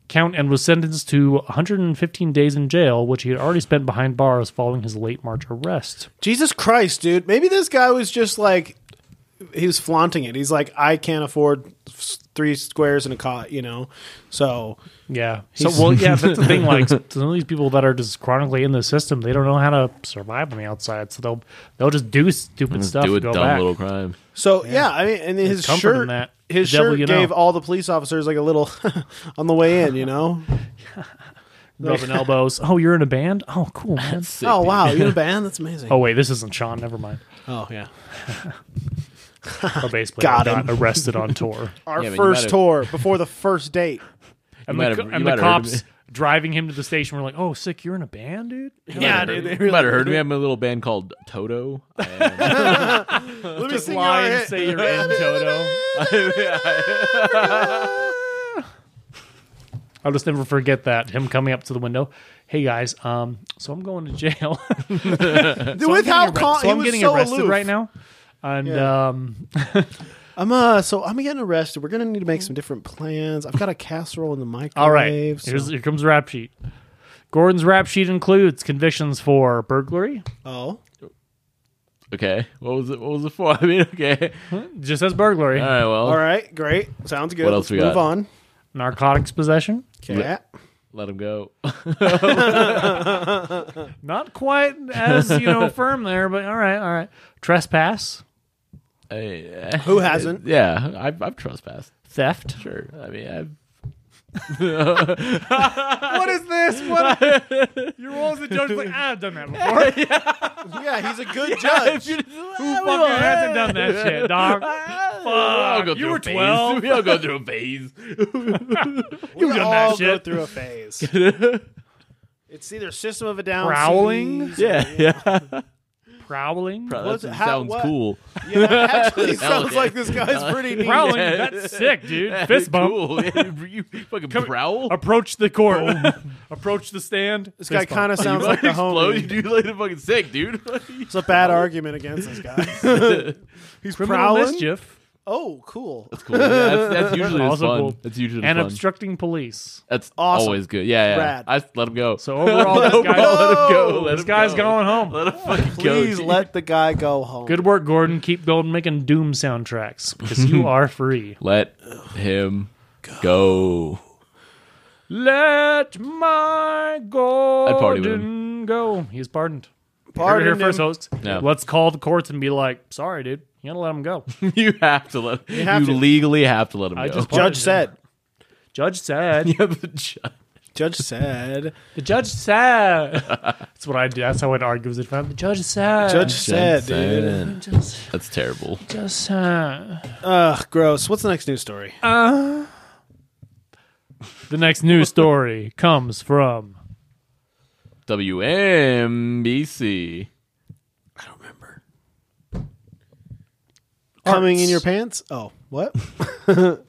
count, and was sentenced to 115 days in jail, which he had already spent behind bars following his late March arrest. Jesus Christ, dude. Maybe this guy was just like he was flaunting it. He's like, I can't afford s- three squares and a cot, you know. So Yeah. So, well, yeah, that's the thing. Like, some of these people that are just chronically in the system, they don't know how to survive on the outside, so they'll they'll just do stupid Just stuff. do a and go dumb back. little *laughs* crime. so yeah, I mean and his comfort in shirt that. his The devil shirt you know. gave all the police officers like a little *laughs* on the way in, you know. rubbing elbows. Oh, you're in a band? Oh, *laughs* cool, man. Sick, oh *laughs* dude. wow, you in a band? That's amazing. Oh wait, this isn't Sean. Never mind. oh yeah. A bass player Got got, him. arrested on *laughs* tour, Our Yeah, but you first might've- tour before the first *laughs* date. and might the, have- co- you and might the have heard of cops me. *laughs* driving him to the station were like, "Oh, sick, you're in a band, dude." Yeah, You dude, they might really- have heard me. I'm in a little band called Toto. Let me Just sing lie your and hit. say you're in Toto. *laughs* I'll just never forget that him coming up to the window. Hey guys, um, so I'm going to jail. *laughs* With how calm so he I'm was getting so arrested aloof. right now, and Yeah. um, I'm uh, so I'm getting arrested. We're gonna need to make some different plans. I've got a casserole in the microwave. All right. so- Here's, here comes the rap sheet. Gordon's rap sheet includes convictions for burglary. oh, okay, what was it? What was it for? *laughs* I mean, okay, all It Just says burglary. right. Well, all right, great, sounds good. What else Let's we move got? on. Narcotics possession. Okay. *laughs* let him go. *laughs* Not quite as, *laughs* you know, firm there, but all right, all right. Trespass, I- Who hasn't? yeah, I've, I've trespassed. *laughs* theft. Sure. I mean, I've What is this? What? Your role as a judge like, "Ah, I've done that before. *laughs* Who Yeah, he's a good judge. fucking hasn't done that *laughs* shit, dog? I'll go you through were a phase. 12. *laughs* We all go through *laughs* a phase. We've done that all go shit. through a phase. it's either System of a Down, Prowling? CDs. Yeah, *laughs* yeah. Prowling? That What's- how- sounds what- cool. Yeah, that actually sounds Okay. like this guy's pretty neat. *laughs* Prowling? That's sick, dude. Fist bump. Cool. *laughs* Yeah, you fucking prowl. *laughs* Approach the court. *laughs* Approach the stand. This guy Oh, kind of sounds like the explode. homie. You do like the fucking sick, dude. *laughs* It's a bad argument against this guy. He's prowling? mischief Oh, cool. That's cool. Yeah, that's, that's usually the Also fun. cool. That's usually the and fun. obstructing police. that's Awesome. always good. Yeah, yeah. Rad. I let him go. *laughs* So overall, this guy, Overall, let him go. Let this him guy's go. going home. Let him fucking go. Please dude. let the guy go home. Good work, Gordon. Keep going making Doom soundtracks *laughs* because you are free. let him go. *laughs* Let my Gordon party with go. He's pardoned. Pardon Pardoned here first, him. host. Yeah. Let's call the courts and be like, "Sorry, dude, you gotta let him go." *laughs* you have to let. You, have to. legally have to let him I go. *laughs* just Judge said. Judge *laughs* said. You have to ju- Judge said. The judge said. *laughs* That's what I do. That's how I'd argue with the defense. The judge said. Judge said, dude. Said. Just, That's terrible. just said. Uh. Ugh, gross. What's the next news story? The next *laughs* news story comes from WMBC. Coming Arts. in your pants? Oh, what? *laughs*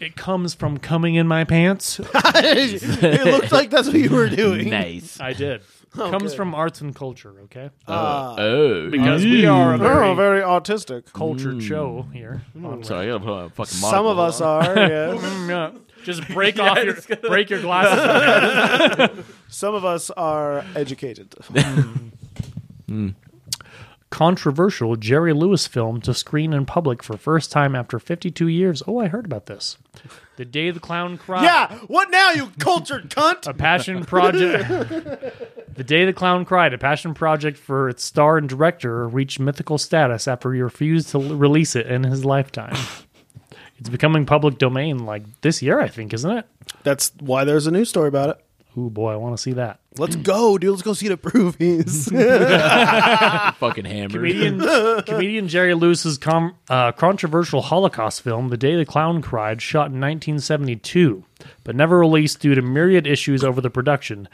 It comes from coming in my pants. *laughs* it looked like that's what you were doing. Nice. I did. comes Oh, good. from arts and culture, okay? oh, *laughs* Because we are a very Mm. Oh, Uh, very Mm. autistic. cultured show here. I'm sorry, I gotta put on a fucking. Some of monocle. us are. yes. *laughs* Mm, Just break off your break your glasses. Some of us are *laughs* educated. Controversial Jerry Lewis film to screen in public for first time after 52 years. Oh, I heard about this. The Day the Clown Cried. yeah. What now, you cultured cunt? A passion project. the Day the Clown Cried, a passion project for its star and director, reached mythical status after he refused to l- release it in his lifetime. it's becoming public domain like this year, I think, isn't it? That's why there's a news story about it. Ooh, boy, I want to see that. Let's go, dude. Let's go see the proofies. *laughs* fucking hammered. Comedian, *laughs* comedian Jerry Lewis's com- uh, controversial Holocaust film, The Day the Clown Cried, shot in 1972, but never released due to myriad issues over the production,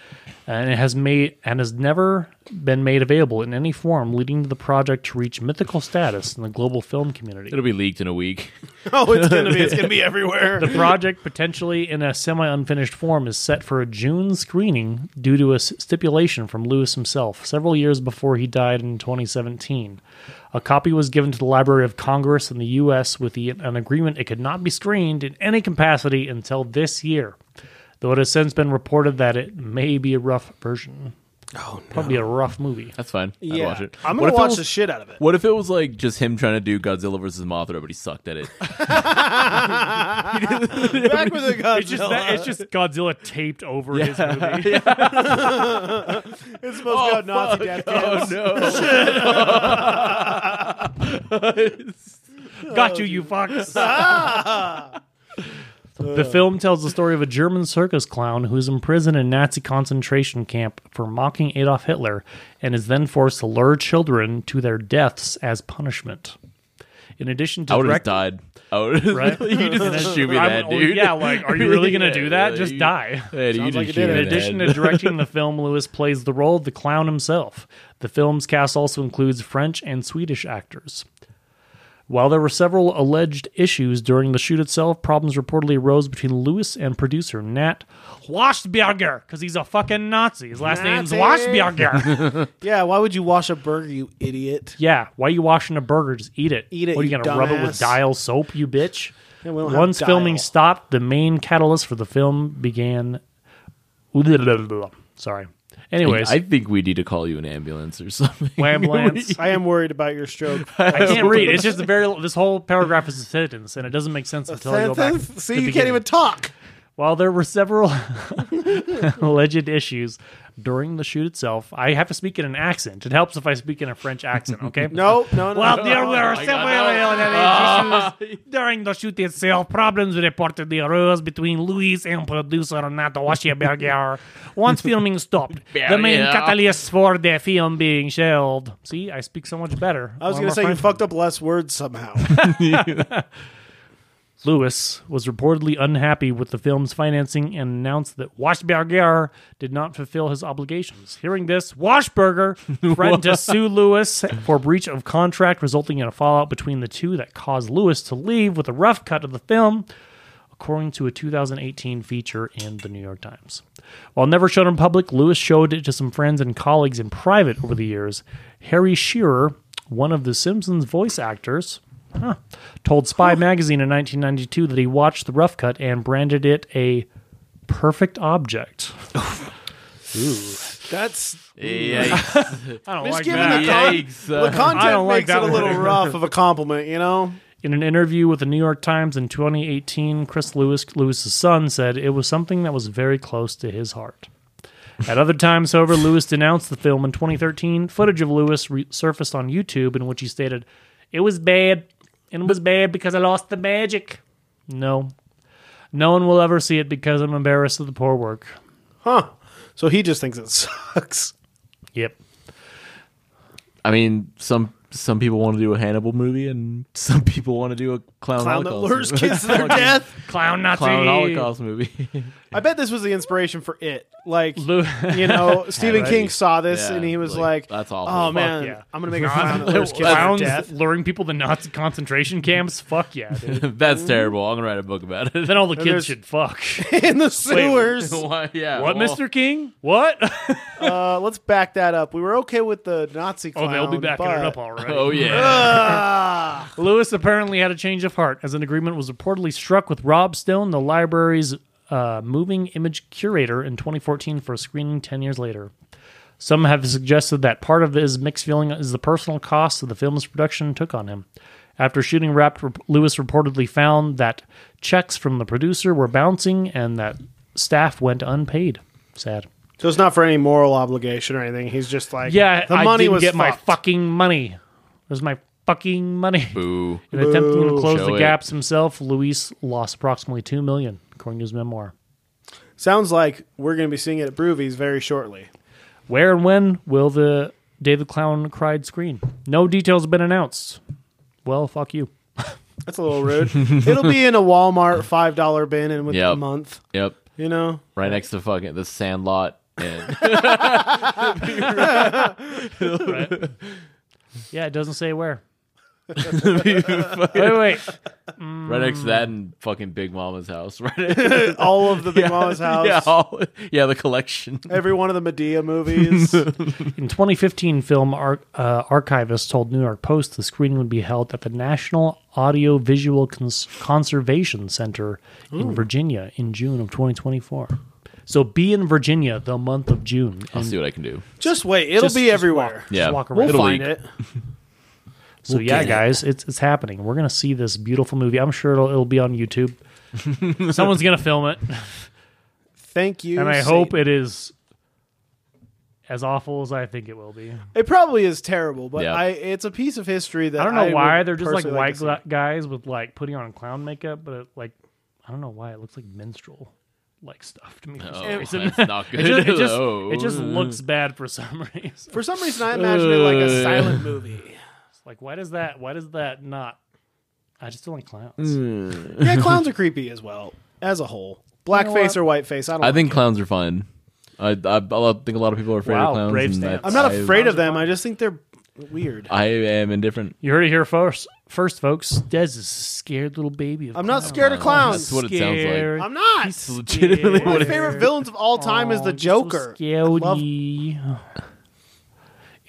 and it has made and has never been made available in any form, leading to the project to reach mythical status in the global film community. *laughs* It'll be leaked in a week. Oh, it's gonna be it's gonna *laughs* be everywhere. The project, potentially in a semi unfinished form, is set for a June screening due to a s- stipulation from Lewis himself several years before he died in 2017. A copy was given to the Library of Congress in the U.S. with the, an agreement it could not be screened in any capacity until this year, though it has since been reported that it may be a rough version. Oh, Probably a rough movie. That's fine. I'd watch it. I'm What gonna if it watch was- the shit out of it. What if it was like just him trying to do Godzilla versus Mothra, but he sucked *laughs* at it? Back with the Godzilla. It's, *laughs* it's just Godzilla taped over his movie. supposed to go Nazi death. oh no! Got you, you fox. the film tells the story of a German circus clown who is imprisoned in Nazi concentration camp for mocking Adolf Hitler and is then forced to lure children to their deaths as punishment. In addition to I would have direct- died. I would have. *laughs* Right? you just shoot me I that, would- oh, dude. yeah, like, are you really *laughs* gonna Yeah, do that? yeah, Just you- die. *laughs* Hey, you Sounds just like it shoot did. me In in In the addition head. to *laughs* directing the film, Lewis plays the role of the clown himself. The film's cast also includes French and Swedish actors. While there were several alleged issues during the shoot itself, problems reportedly arose between Lewis and producer Nat Waschberger, because he's a fucking Nazi. His last name's Nazi. Waschberger. *laughs* Yeah, why would you wash a burger, you idiot? yeah, why are you washing a burger? Just eat it. Eat it, What are you, you gonna rub it with dumbass. dial soap, you bitch? Yeah, we don't have Once filming dial. stopped, the main catalyst for the film began. Sorry. Anyways, I think we need to call you an ambulance or *laughs* something. *laughs* Wamblance. I am worried about your stroke. *laughs* I can't read. It's just a very. This whole paragraph is a sentence, and it doesn't make sense until I go back. to *laughs* the See, you can't beginning. even talk. While there were several *laughs* alleged issues during the shoot itself, I have to speak in an accent. It helps if I speak in a French accent. Okay. No, no, no. *laughs* Well, no. there were God, several issues during the shoot itself. Problems reportedly arose between Luis and producer Renato Waschberger once filming stopped. the main Berger. catalyst for the film being shelved. See, I speak so much better. I was One going more to say you French- fucked up less words *laughs* somehow. Lewis was reportedly unhappy with the film's financing and announced that Washberger did not fulfill his obligations. Hearing this, Washberger threatened to sue Lewis for breach of contract, resulting in a fallout between the two that caused Lewis to leave with a rough cut of the film, according to a 2018 feature in the New York Times. While never shown in public, Lewis showed it to some friends and colleagues in private over the years. Harry Shearer, one of The Simpsons voice actors, Huh. Told Spy magazine in 1992 that he watched the rough cut and branded it a perfect object. That's *laughs* Yikes! I don't just like giving the, con- Yikes! uh. the content like makes that it a little word. rough of a compliment, you know. In an interview with the New York Times in 2018, Chris Lewis, Lewis's son, said it was something that was very close to his heart. At other times, however, Lewis denounced the film in 2013. Footage of Lewis re- surfaced on YouTube in which he stated, It was bad, and it was bad because I lost the magic. No. No one will ever see it because I'm embarrassed of the poor work. Huh. So he just thinks it sucks. Yep. I mean, some some people want to do a Hannibal movie, and some people want to do a clown, Clown that Holocaust lures movie. kids to *laughs* their death. Clown Nazi. clown *laughs* Holocaust movie. *laughs* I bet this was the inspiration for it. Like you know, Stephen Right. King saw this Yeah, and he was like, like, "That's awful. awful. Fuck Oh man, yeah." I'm gonna make a clown *laughs* that lures kids to Clowns *laughs* death." luring people to Nazi concentration camps. Fuck yeah, *laughs* dude. That's terrible. I'm gonna write a book about it. then all the kids there's- should *laughs* fuck. in the *laughs* sewers. Why- yeah. What, well, Mr. King? What? *laughs* uh, let's back that up. We were okay with the Nazi oh, clown. they'll be backing but- it up already. Oh *laughs* yeah. Ah. Lewis apparently had a change of heart as an agreement was reportedly struck with Rob Stone, the library's uh, moving image curator, in 2014 for a screening 10 years later. Some have suggested that part of his mixed feeling is the personal cost of the film's production took on him. After shooting wrapped, rep- Lewis reportedly found that checks from the producer were bouncing and that staff went unpaid. Sad. so it's not for any moral obligation or anything. He's just like, Yeah, the I money didn't was get my fucked. fucking money. Where's my fucking money? Boo. In attempting to close Show the it. gaps himself, Luis lost approximately two million, according to his memoir. Sounds like we're gonna be seeing it at Broovies very shortly. Where and when will the David Clown cried screen? No details have been announced. Well, fuck you. That's a little rude. It'll be in a Walmart five dollar bin in within a Yep. month. Yep. You know, Right next to fucking the Sandlot. *laughs* And Right? yeah, it doesn't say where. right Wait, wait. next to that and fucking Big Mama's house. *laughs* Right. all of the *laughs* Big Mama's house. *laughs* Yeah, all- yeah, the collection. Every one of the Medea movies. In 2015, film ar- uh, archivists told New York Post the screening would be held at the National Audio Visual Cons- Conservation Center in Virginia in June of 2024. So be in Virginia the month of June. *laughs* I'll and see what I can do. just wait, it'll just- be just everywhere. walk- Yeah. just walk We'll around. We'll It'll find leak. it. So yeah, guys, it's it's happening. We're gonna see this beautiful movie. I'm sure it'll, it'll be on *laughs* YouTube. Someone's gonna film it, Thank you. and I Satan. hope it is as awful as I think it will be. It probably is terrible, but Yeah. I it's a piece of history that I don't know why would they're just like personally white to see. gla- guys with like putting on clown makeup, but it, like I don't know why it looks like minstrel like stuff to me. for some Oh, reason. *laughs* that's not good. it, just, it, just, Oh. it just looks bad for some *laughs* reason. For some reason, I imagine it like Uh. a silent movie. It's like why does that? Why does that not? I just don't like clowns. Yeah, *laughs* clowns are creepy as well as a whole. Blackface or whiteface, I don't. I think clowns are fine. I, I, I think a lot of people are afraid Wow, of clowns. brave and that's- stance. I'm not I- afraid of them. I just think they're weird. I am indifferent. You heard it here first, first folks. Des is a scared little baby. Of I'm not scared of clowns. That's what it sounds like. Scared. I'm not. It's *laughs* legitimately My what it, favorite villains of all time is the Joker. So scary. *sighs*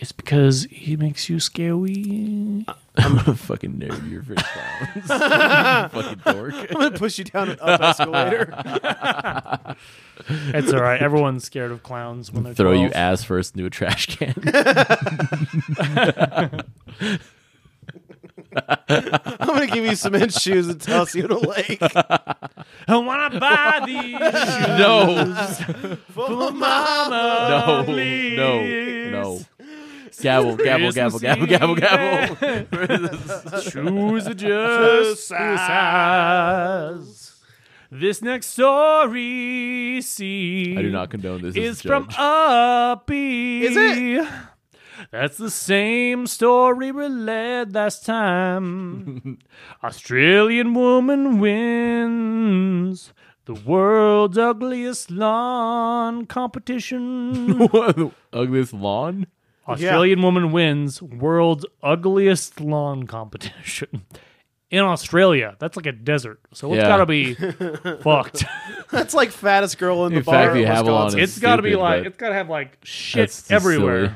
It's because he makes you scary. *laughs* I'm a fucking nerd. You're for clowns. *laughs* *laughs* fucking dork. I'm gonna push you down an up escalator. *laughs* It's all right. Everyone's scared of clowns when they Throw you ass first into a trash can. I'm gonna give you cement shoes and toss you in a *laughs* lake. I want to buy *laughs* these. *laughs* no, Mama. no, please. no, no. Gavel, gavel, gavel, gavel, gavel, gavel. *laughs* Choose a just size. This next story, see, I do not condone this. is It's from Uppy. Is it? That's the same story we read *laughs* last time. Australian woman wins the world's ugliest lawn *laughs* competition. ugliest lawn. Australian woman wins world's ugliest lawn competition in Australia. That's like a desert, so it's Yeah. *laughs* gotta be fucked. That's like fattest girl in the In bar. fact, in you have a lot Wisconsin. of. It's gotta be stupid, like but it's gotta have like shit that's just silly. everywhere. I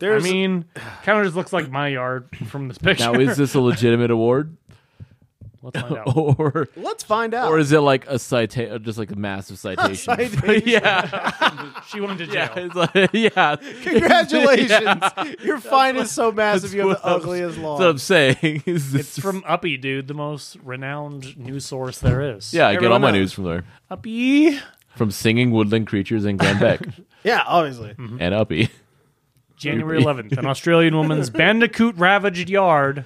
There's mean, kind of just looks like my yard from this picture. Now, is *laughs* this a legitimate award, Let's *laughs* find out. or Let's find out. *laughs* or is it like a citation, just like a massive citation? Citation. *laughs* yeah, She went to jail. yeah, it's like, *laughs* yeah. Congratulations. Your fine is so massive you have the ugliest *laughs* That's what I'm lawn. saying. *laughs* Is this- It's from Uppy, dude, the most renowned news source there is. yeah, I get all everyone my knows. news from there. Uppy. From singing woodland creatures in Glenn Beck *laughs* Yeah, obviously. and Uppy. January 11th, an Australian *laughs* woman's bandicoot ravaged yard.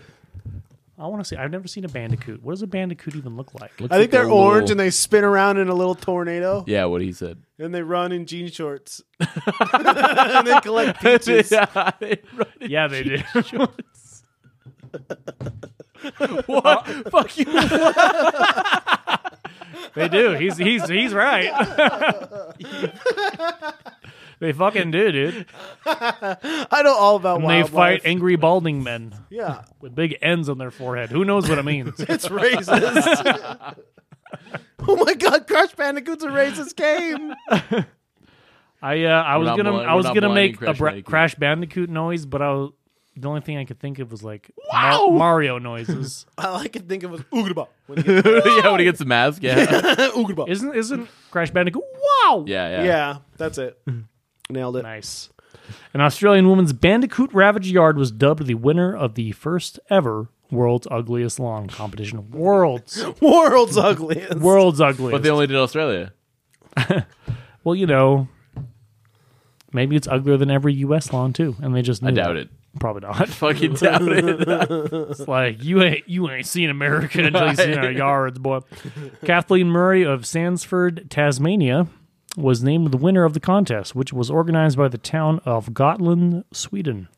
I want to see. I've never seen a bandicoot. What does a bandicoot even look like? I think they're orange and they spin around in a little tornado yeah, what he said. *laughs* and they run in jean shorts. *laughs* and they collect *laughs* peaches. yeah, *laughs* they- yeah, they do. *laughs* *laughs* what? Fuck you. they do. He's he's *laughs* he's right. they fucking do, dude. I know all about And they wildlife. fight angry balding men Yeah, with big ends on their forehead. Who knows what *laughs* it means? it's racist. *laughs* oh my god, Crash Bandicoot's a racist game. I uh, I was not gonna blind- I we're was not gonna blinding make Crash a bra- Bandicoot. Crash Bandicoot noise, but I was, the only thing I could think of was like Mar- Mario noises. All I could think of was Oogaba. When he gets- yeah, when he gets the mask. *laughs* Yeah, *laughs* Oogaba. isn't isn't Crash Bandicoot? Wow. yeah, yeah. yeah, that's *laughs* it. Nailed it. Nice. An Australian woman's bandicoot ravaged yard was dubbed the winner of the first ever World's Ugliest Lawn *laughs* competition. World's World's ugliest. World's Ugliest. But they only did Australia. well, you know, maybe it's uglier than every U.S. lawn too, and they just knew I doubt it. Probably *laughs* not. *laughs* Fucking doubt it. It's like you ain't you ain't seen *laughs* America until you seen our yards, boy. Kathleen Murray of Sandsford, Tasmania, was named the winner of the contest, which was organized by the town of Gotland, Sweden.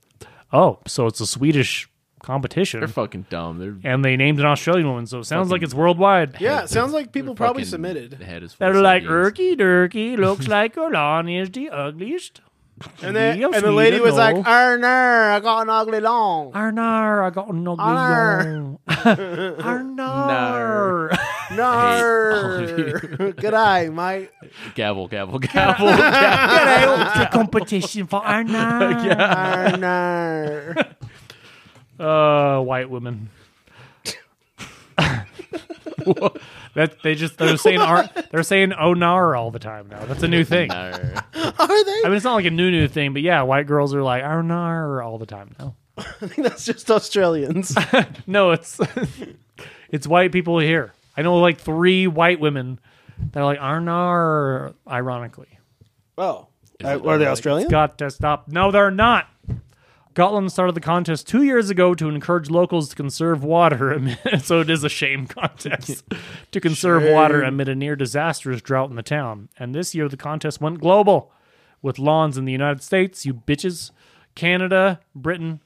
Oh, so it's a Swedish competition. They're fucking dumb. They're and they named an Australian woman, so it sounds like it's worldwide. Yeah, it sounds like people probably fucking submitted. Head is full They're of like, sardines. Erky Durky looks like Olan is the ugliest. *laughs* And, they, Yes, and the we lady don't was like, "Ah." know. Erner, I got an ugly long. Arnar, *laughs* I got an ugly Arnar. *laughs* yawn. Arnar. *laughs* all Nar. *laughs* Good eye, mate. Gavel, *laughs* gavel, gavel. gavel. the competition for *laughs* Arnar. Erner. Uh, white women. *laughs* that they just they're saying ar- they're saying onar all the time now. That's a *laughs* new thing. I Are they? mean, it's not like a new new thing, but yeah, white girls are like arnar all the time now. *laughs* I think that's just *laughs* Australians. No, it's *laughs* it's white people here. I know like three white women that are like arnar. Ironically, oh. Uh, are they Australian? got to stop. No, they're not. Scotland started the contest two years ago to encourage locals to conserve water. *laughs* amid- so it is a *laughs* shame contest to conserve water amid a near disastrous drought in the town. And this year the contest went global with lawns in the United States, you bitches, Canada, Britain,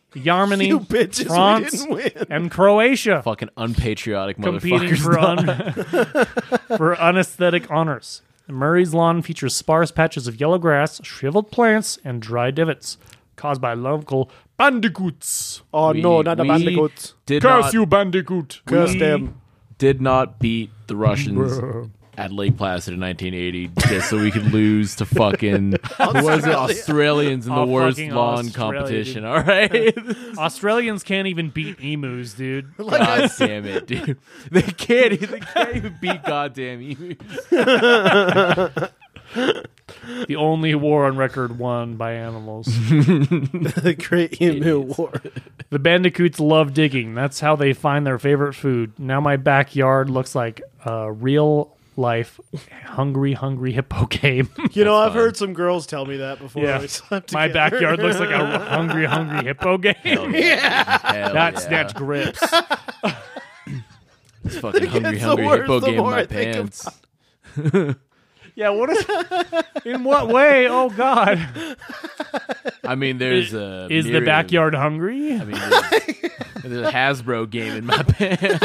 *laughs* Yarmany, You bitches, we France, didn't win. and Croatia *laughs* Fucking unpatriotic competing motherfuckers. *laughs* for, un- *laughs* for unesthetic honors. Murray's lawn features sparse patches of yellow grass, shriveled plants, and dry divots caused by local bandicoots. Oh, We- no, not the we *laughs* bandicoots. Did Curse not, you, bandicoot! Curse We- them. did not beat the Russians at Lake Placid in 1980 just so we could lose to *laughs* fucking who was it Australians in the Oh, worst fucking lawn Australia, dude. *laughs* competition. All right, Australians can't even beat emus, dude. *laughs* Like I god damn it, dude. *laughs* They can't. They can't even beat goddamn you. The only war on record won by animals. *laughs* the Great Emu War. the bandicoots love digging. That's how they find their favorite food. Now my backyard looks like a real life hungry, hungry hippo *laughs* game. You know, I've heard some girls tell me that before. Yeah. we slept My together. backyard looks like *laughs* a hungry, hungry hippo game. *laughs* Hell Not yeah. snatch grips. This fucking hungry, gets the hungry worse hippo the game in more my I think about pants. yeah, what is? *laughs* In what way? Oh God, I mean, there's a is the myriad of- backyard hungry? I mean, there's, there's a Hasbro game in *laughs* my pants.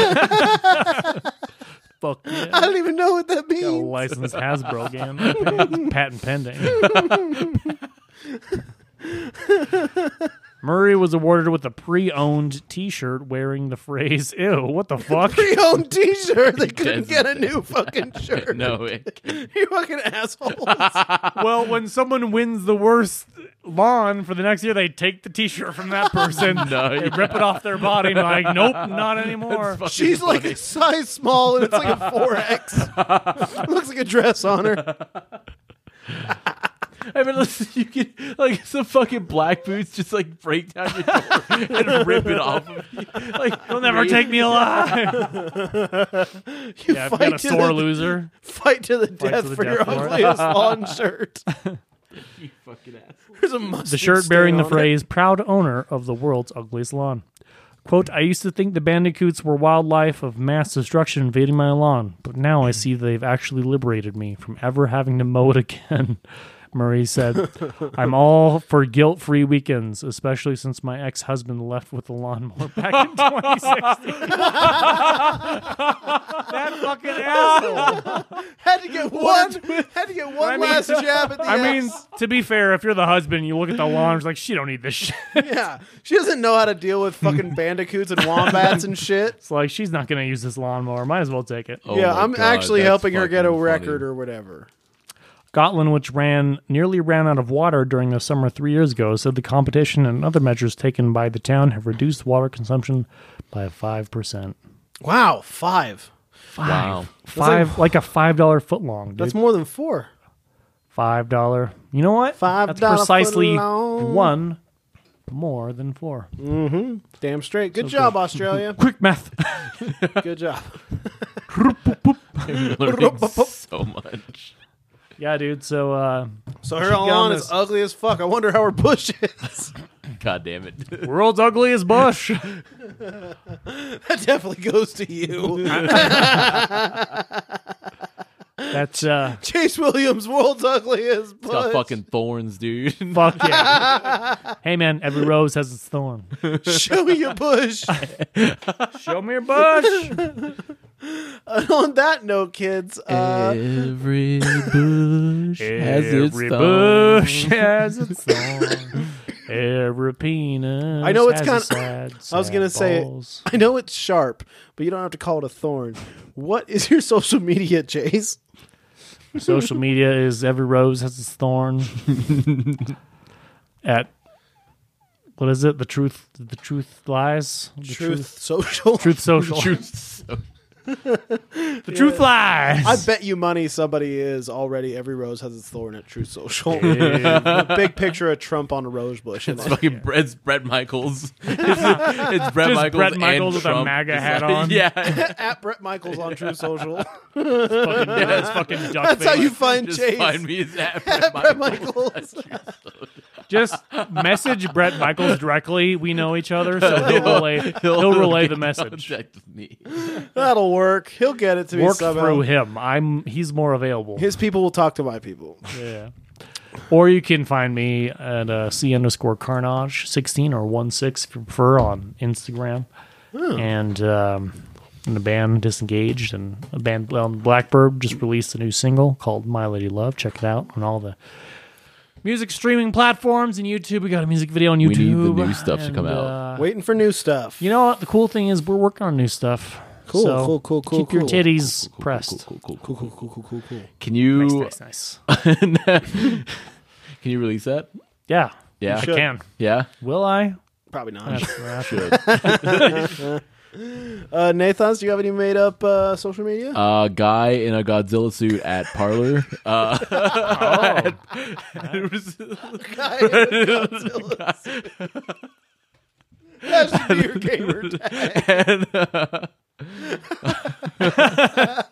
Fuck *laughs* I yeah. don't even know what that Got a means. licensed Hasbro game. *laughs* It's patent pending. *laughs* Murray was awarded with a pre-owned T-shirt wearing the phrase "Ew, what the fuck." Pre-owned T-shirt. They couldn't doesn't get a new fucking shirt. No, it, you fucking *laughs* assholes. *laughs* well, when someone wins the worst lawn for the next year, they take the T-shirt from that person, No, they yeah. rip it off their body, and like, nope, not anymore. She's like a size small, and it's like *laughs* a four X. *laughs* Looks like a dress on her. I mean, listen, you can like some fucking black boots just like break down your door *laughs* and rip it off of you. *laughs* Like They'll never take me alive. You yeah, I've got fight, a to sore the, *laughs* loser. fight to the death to the for death your for it. *laughs* ugliest lawn shirt. you fucking asshole. There's a mustard The shirt stain bearing the on it. phrase "proud owner of the world's ugliest lawn." Quote, I used to think the bandicoots were wildlife of mass destruction invading my lawn, but now I see they've actually liberated me from ever having to mow it again. *laughs* Murray *laughs* said, I'm all for guilt free weekends, especially since my ex husband left with the lawnmower back *laughs* in 2016. that fucking asshole. Had to get one. Had to get one *laughs* mean- last jab at the I mean, ass. to be fair, if you're the husband, you look at the lawn, it's like, she don't need this shit. *laughs* *laughs* yeah, she doesn't know how to deal with *laughs* fucking bandicoots and wombats and shit. It's like she's not going to use this lawnmower. Might as well take it. *laughs* Oh yeah, my I'm God, actually that's helping her get a fucking record funny. or whatever. Scotland, which ran nearly ran out of water during the summer three years ago, said the competition and other measures taken by the town have reduced water consumption by five percent. Wow, five. Wow. Five, like, a five dollar foot long. Dude. That's more than four. five dollar. You know what? Five That's dollar precisely footlong. one more than four. Damn straight. Good job, *laughs* Australia. Quick math. Good job. *laughs* Learning so much. *laughs* yeah, dude. So uh, So her lawn is this. ugly as fuck. I wonder how her bush *laughs* is. God damn it. *laughs* world's ugliest *laughs* *laughs* bush. that definitely goes to you. That's uh, Chase Williams, world's ugliest. It's got fucking thorns, dude. *laughs* fuck yeah. hey man, every rose has its thorn. Show me your bush. Show me your bush. And *laughs* on that note, kids, uh, *laughs* Every bush has its Every thorn. *laughs* bush has its thorn. Every penis. I know it's has a kinda- sad, I was sad gonna say it. balls. I know it's sharp, but you don't have to call it a thorn. What is your social media, Chase? Social media is every rose has its *laughs* thorn. At what is it? The truth. The truth lies. The social. Truth social. Truth. The truth lies. I bet you money somebody is already. Every rose has its thorn at Truth Social. A *laughs* big picture of Trump on a rose bush. and *laughs* It's all- fucking Bre- it's Brett *laughs* Michaels. It's, it's Brett Just Michaels. Bret and Michaels with a Trump. MAGA It's hat like- *laughs* on. Yeah, *laughs* at Brett Michaels on Truth *laughs* Social. fucking, that's fucking duck That's how face. *laughs* you find just Chase. find me as at At Brett Brett Michaels. Michaels. Just message Brett Michaels directly. We know each other, so he'll relay. He'll, *laughs* relay the fucking message. contact me. That'll work. He'll get it to me Work somehow. through him. I'm. He's more available. His people will talk to my *laughs* people. Yeah. Or you can find me at uh, C underscore carnage 16 or 1 6 if you prefer on Instagram. And um, and the band Disengaged and a band well, Blackbird just released a new single called My Lady Love. Check it out on all the music streaming platforms and YouTube. We got a music video on need YouTube. the new stuff to come out. uh, Waiting for new stuff. you know what? The cool thing is we're working on new stuff. Cool, So cool, cool, cool, Keep your cool. titties pressed. Cool, cool, cool. cool, cool, cool, cool, cool, cool. Can you *laughs* Nice, nice, nice. Can you release that? *laughs* Yeah. Yeah. I can. Yeah. Will I? Probably not. That's- that's- Uh, Nathan's, do you have any made up uh, social media? Uh, guy in a Godzilla suit at parlor. *laughs* Uh, it was- that should be your gamer tag. and, uh, *laughs*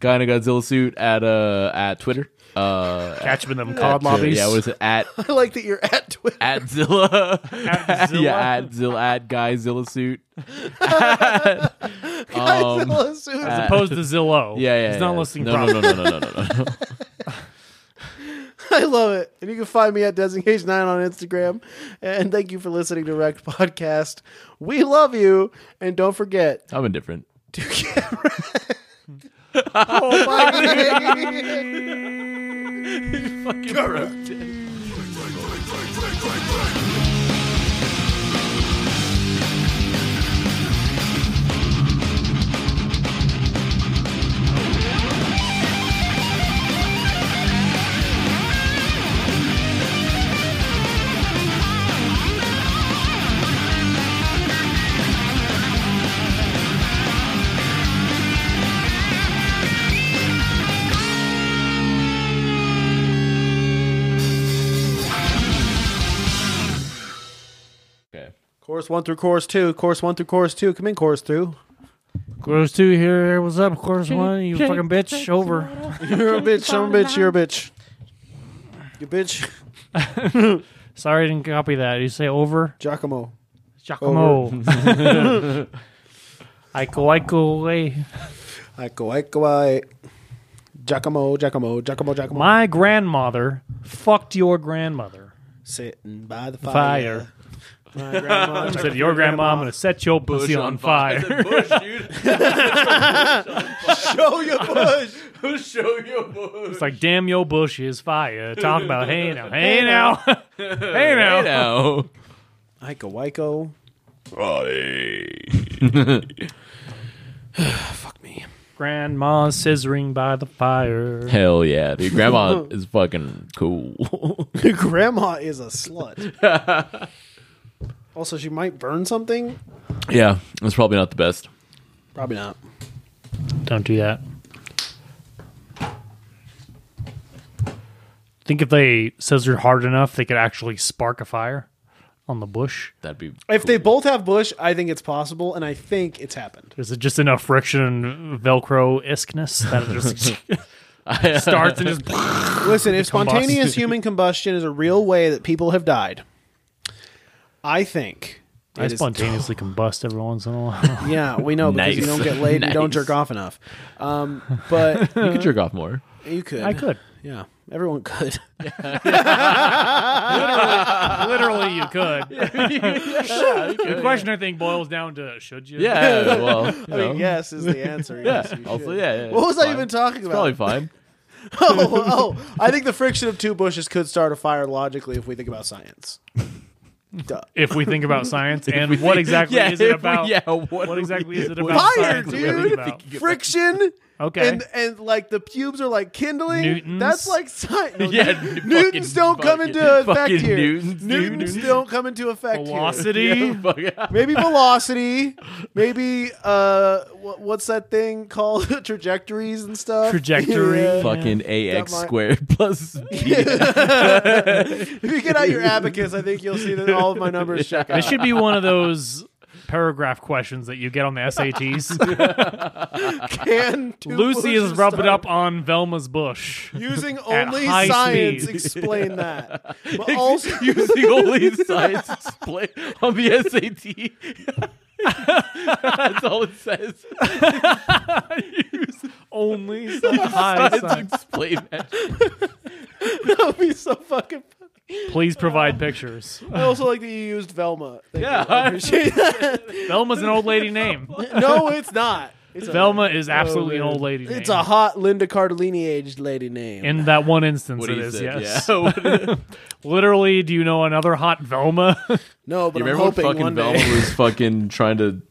guy in a Godzilla suit at uh at Twitter. Uh, Catch them in them at, cod lobbies. Yeah, what *laughs* is it? At *laughs* I like that you're at Twitter. at Zilla. *laughs* Zilla? yeah, at Zilla at guy Zilla suit. *laughs* Godzilla soon. at- opposed to Zillow. *laughs* Yeah, yeah. He's not yeah. listening No, properly. no, no, no, no, no, no, no. I love it. And you can find me at Desengage9 on Instagram. And thank you for listening to Wrecked Podcast. We love you. And don't forget *laughs* I'm indifferent. to get Oh my ready. Okay. Course one through course two. Course one through course two. *laughs* Come in, course through. Course two here. What's up? Course one. You fucking bitch. Over. You're a bitch. I'm a bitch. You're a bitch. You bitch. Sorry, I didn't copy that. You say over. Giacomo. Giacomo. *laughs* Aiko Aiko way. Aiko, aiko, ai. Giacomo, Giacomo, Giacomo, Giacomo. My grandmother fucked your grandmother. Sitting by the fire. Fire. Said your grandma. I'm gonna set your pussy on fire. Show your bush. Show your boobs. *laughs* It's like damn your bush is fire. Talk about hey now, hey now, *laughs* hey Hey now. now. Aiko, Waiko. Fuck me. Grandma scissoring by the fire. Hell yeah, dude. Grandma is fucking cool. *laughs* Grandma is a slut. also, she might burn something. yeah, it's probably not the best. Probably not. Don't do that. Think if they scissored hard enough, they could actually spark a fire on the bush. That'd be If they both have bush, I think it's possible, and I think it's *sighs* happened. Is it just enough friction and Velcro iskness that it just *laughs* starts and just Listen, if spontaneous Combust. human combustion is a real way that people have died, I think It I is *laughs* spontaneously combust every once in a *laughs* while. Yeah, we know because you Nice. don't get laid, and you don't Nice. jerk off enough. Um, but You could jerk off more. you could. I could. Yeah, everyone could. *laughs* Literally, you *laughs* could. yeah, you could. The question, I think, boils down to should you? Yeah, well, you *laughs* I mean, know. yes is the *laughs* answer. Yeah. Yes, you Also, should. yeah, yeah, What was it's I fine. even talking about? Probably fine. *laughs* oh, oh, I *laughs* think the friction of two bushes could start a fire logically if we think about science. Duh. If we think about science and *laughs* what exactly yeah, is *laughs* it if we- about? yeah, what what are we- exactly is it what about? are we Fire, science that we think dude! about? Friction. Okay. And and like the pubes are like kindling. Newtons? That's like *laughs* science. Yeah, Newtons fucking- don't come fucking- into effect fucking here. Newtons, Newtons, dude. don't come into effect here. Velocity. Fuck *laughs* yeah. *laughs* Maybe velocity. Maybe uh, what, what's that thing called? *laughs* Trajectories and stuff. Trajectory. Yeah. Fucking ax Got my- squared *laughs* plus b. *laughs* If you get out your abacus, I think you'll see that all of my numbers check out. *laughs* It should be one of those paragraph questions that you get on the SATs. Can two Lucy is bushes rubbing start up on Velma's bush. Using at only high science, speed. explain *laughs* that. But also, using only science display on the SAT. *laughs* That's all it says. *laughs* Only high science. Science display match. that would be so fucking. Funny. Please provide pictures. *laughs* I also like that you used Velma. Thank Yeah, you. I appreciate that. Velma's an old lady name. No, it's not. It's a- Velma is absolutely an man. old lady name. It's a hot Linda Cardellini aged lady name. *laughs* In that one instance, What it he is, said, *laughs* yes. yeah. What- *laughs* Literally, do you know another hot Velma? no, but you I'm remember when hoping fucking one Velma day. was fucking trying to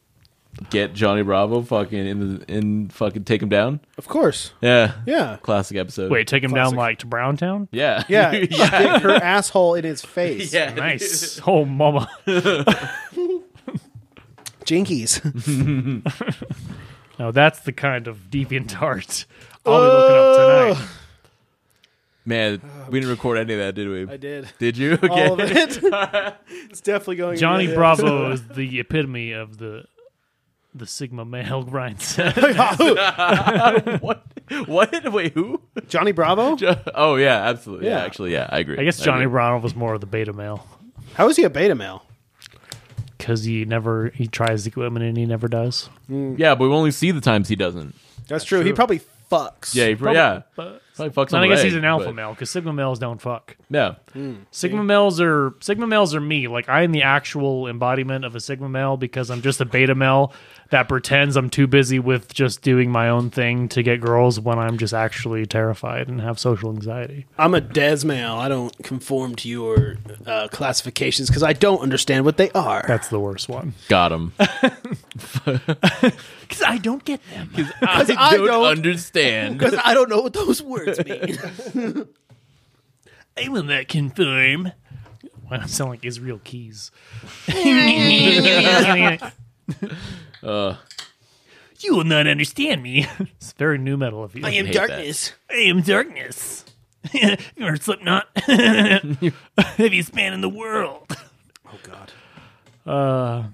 get Johnny Bravo fucking in the in fucking take him down? Of course. Yeah. Yeah. Classic episode. Wait, take him down Classic. like to Browntown? *laughs* Yeah. Yeah. Stick her asshole in his face. yeah. Nice. Oh, mama. *laughs* *laughs* Jinkies. Now that's the kind of deviant art I'll be looking Oh, up tonight. Man, we didn't record any of that, did we? I did. Did you? Okay. All of it. *laughs* it's definitely going. in Johnny the- *laughs* Bravo is the epitome of the the Sigma male grind *laughs* set. What? What? Wait, who? Johnny Bravo? Oh yeah, absolutely. Yeah, Yeah. actually, yeah, I agree. I guess I Johnny agree. Bravo was more of the beta male How is he a beta male? because he never he tries the equipment and he never does. Yeah, but we only see the times he doesn't. That's true. He probably fucks. Yeah, he, yeah. But Probably fucks. then on I the guess he's leg, an alpha but- male because Sigma males don't fuck. Yeah. Mm. Sigma males are Sigma males are me. Like I am the actual embodiment of a Sigma male because I'm just a beta male that pretends I'm too busy with just doing my own thing to get girls when I'm just actually terrified and have social anxiety. I'm a des male. I don't conform to your uh, classifications because I don't understand what they are. That's the worst one. *laughs* Got him. Because I don't get them. I don't, I don't- *laughs* understand. Because I don't know what those words mean. I will not confirm. *laughs* Why do I sound like Israel Keys? *laughs* you will not understand me. *laughs* It's very new metal of you. I am hate darkness. I am darkness. *laughs* or Slipknot. *laughs* Heaviest man in the world. Oh God. Uh,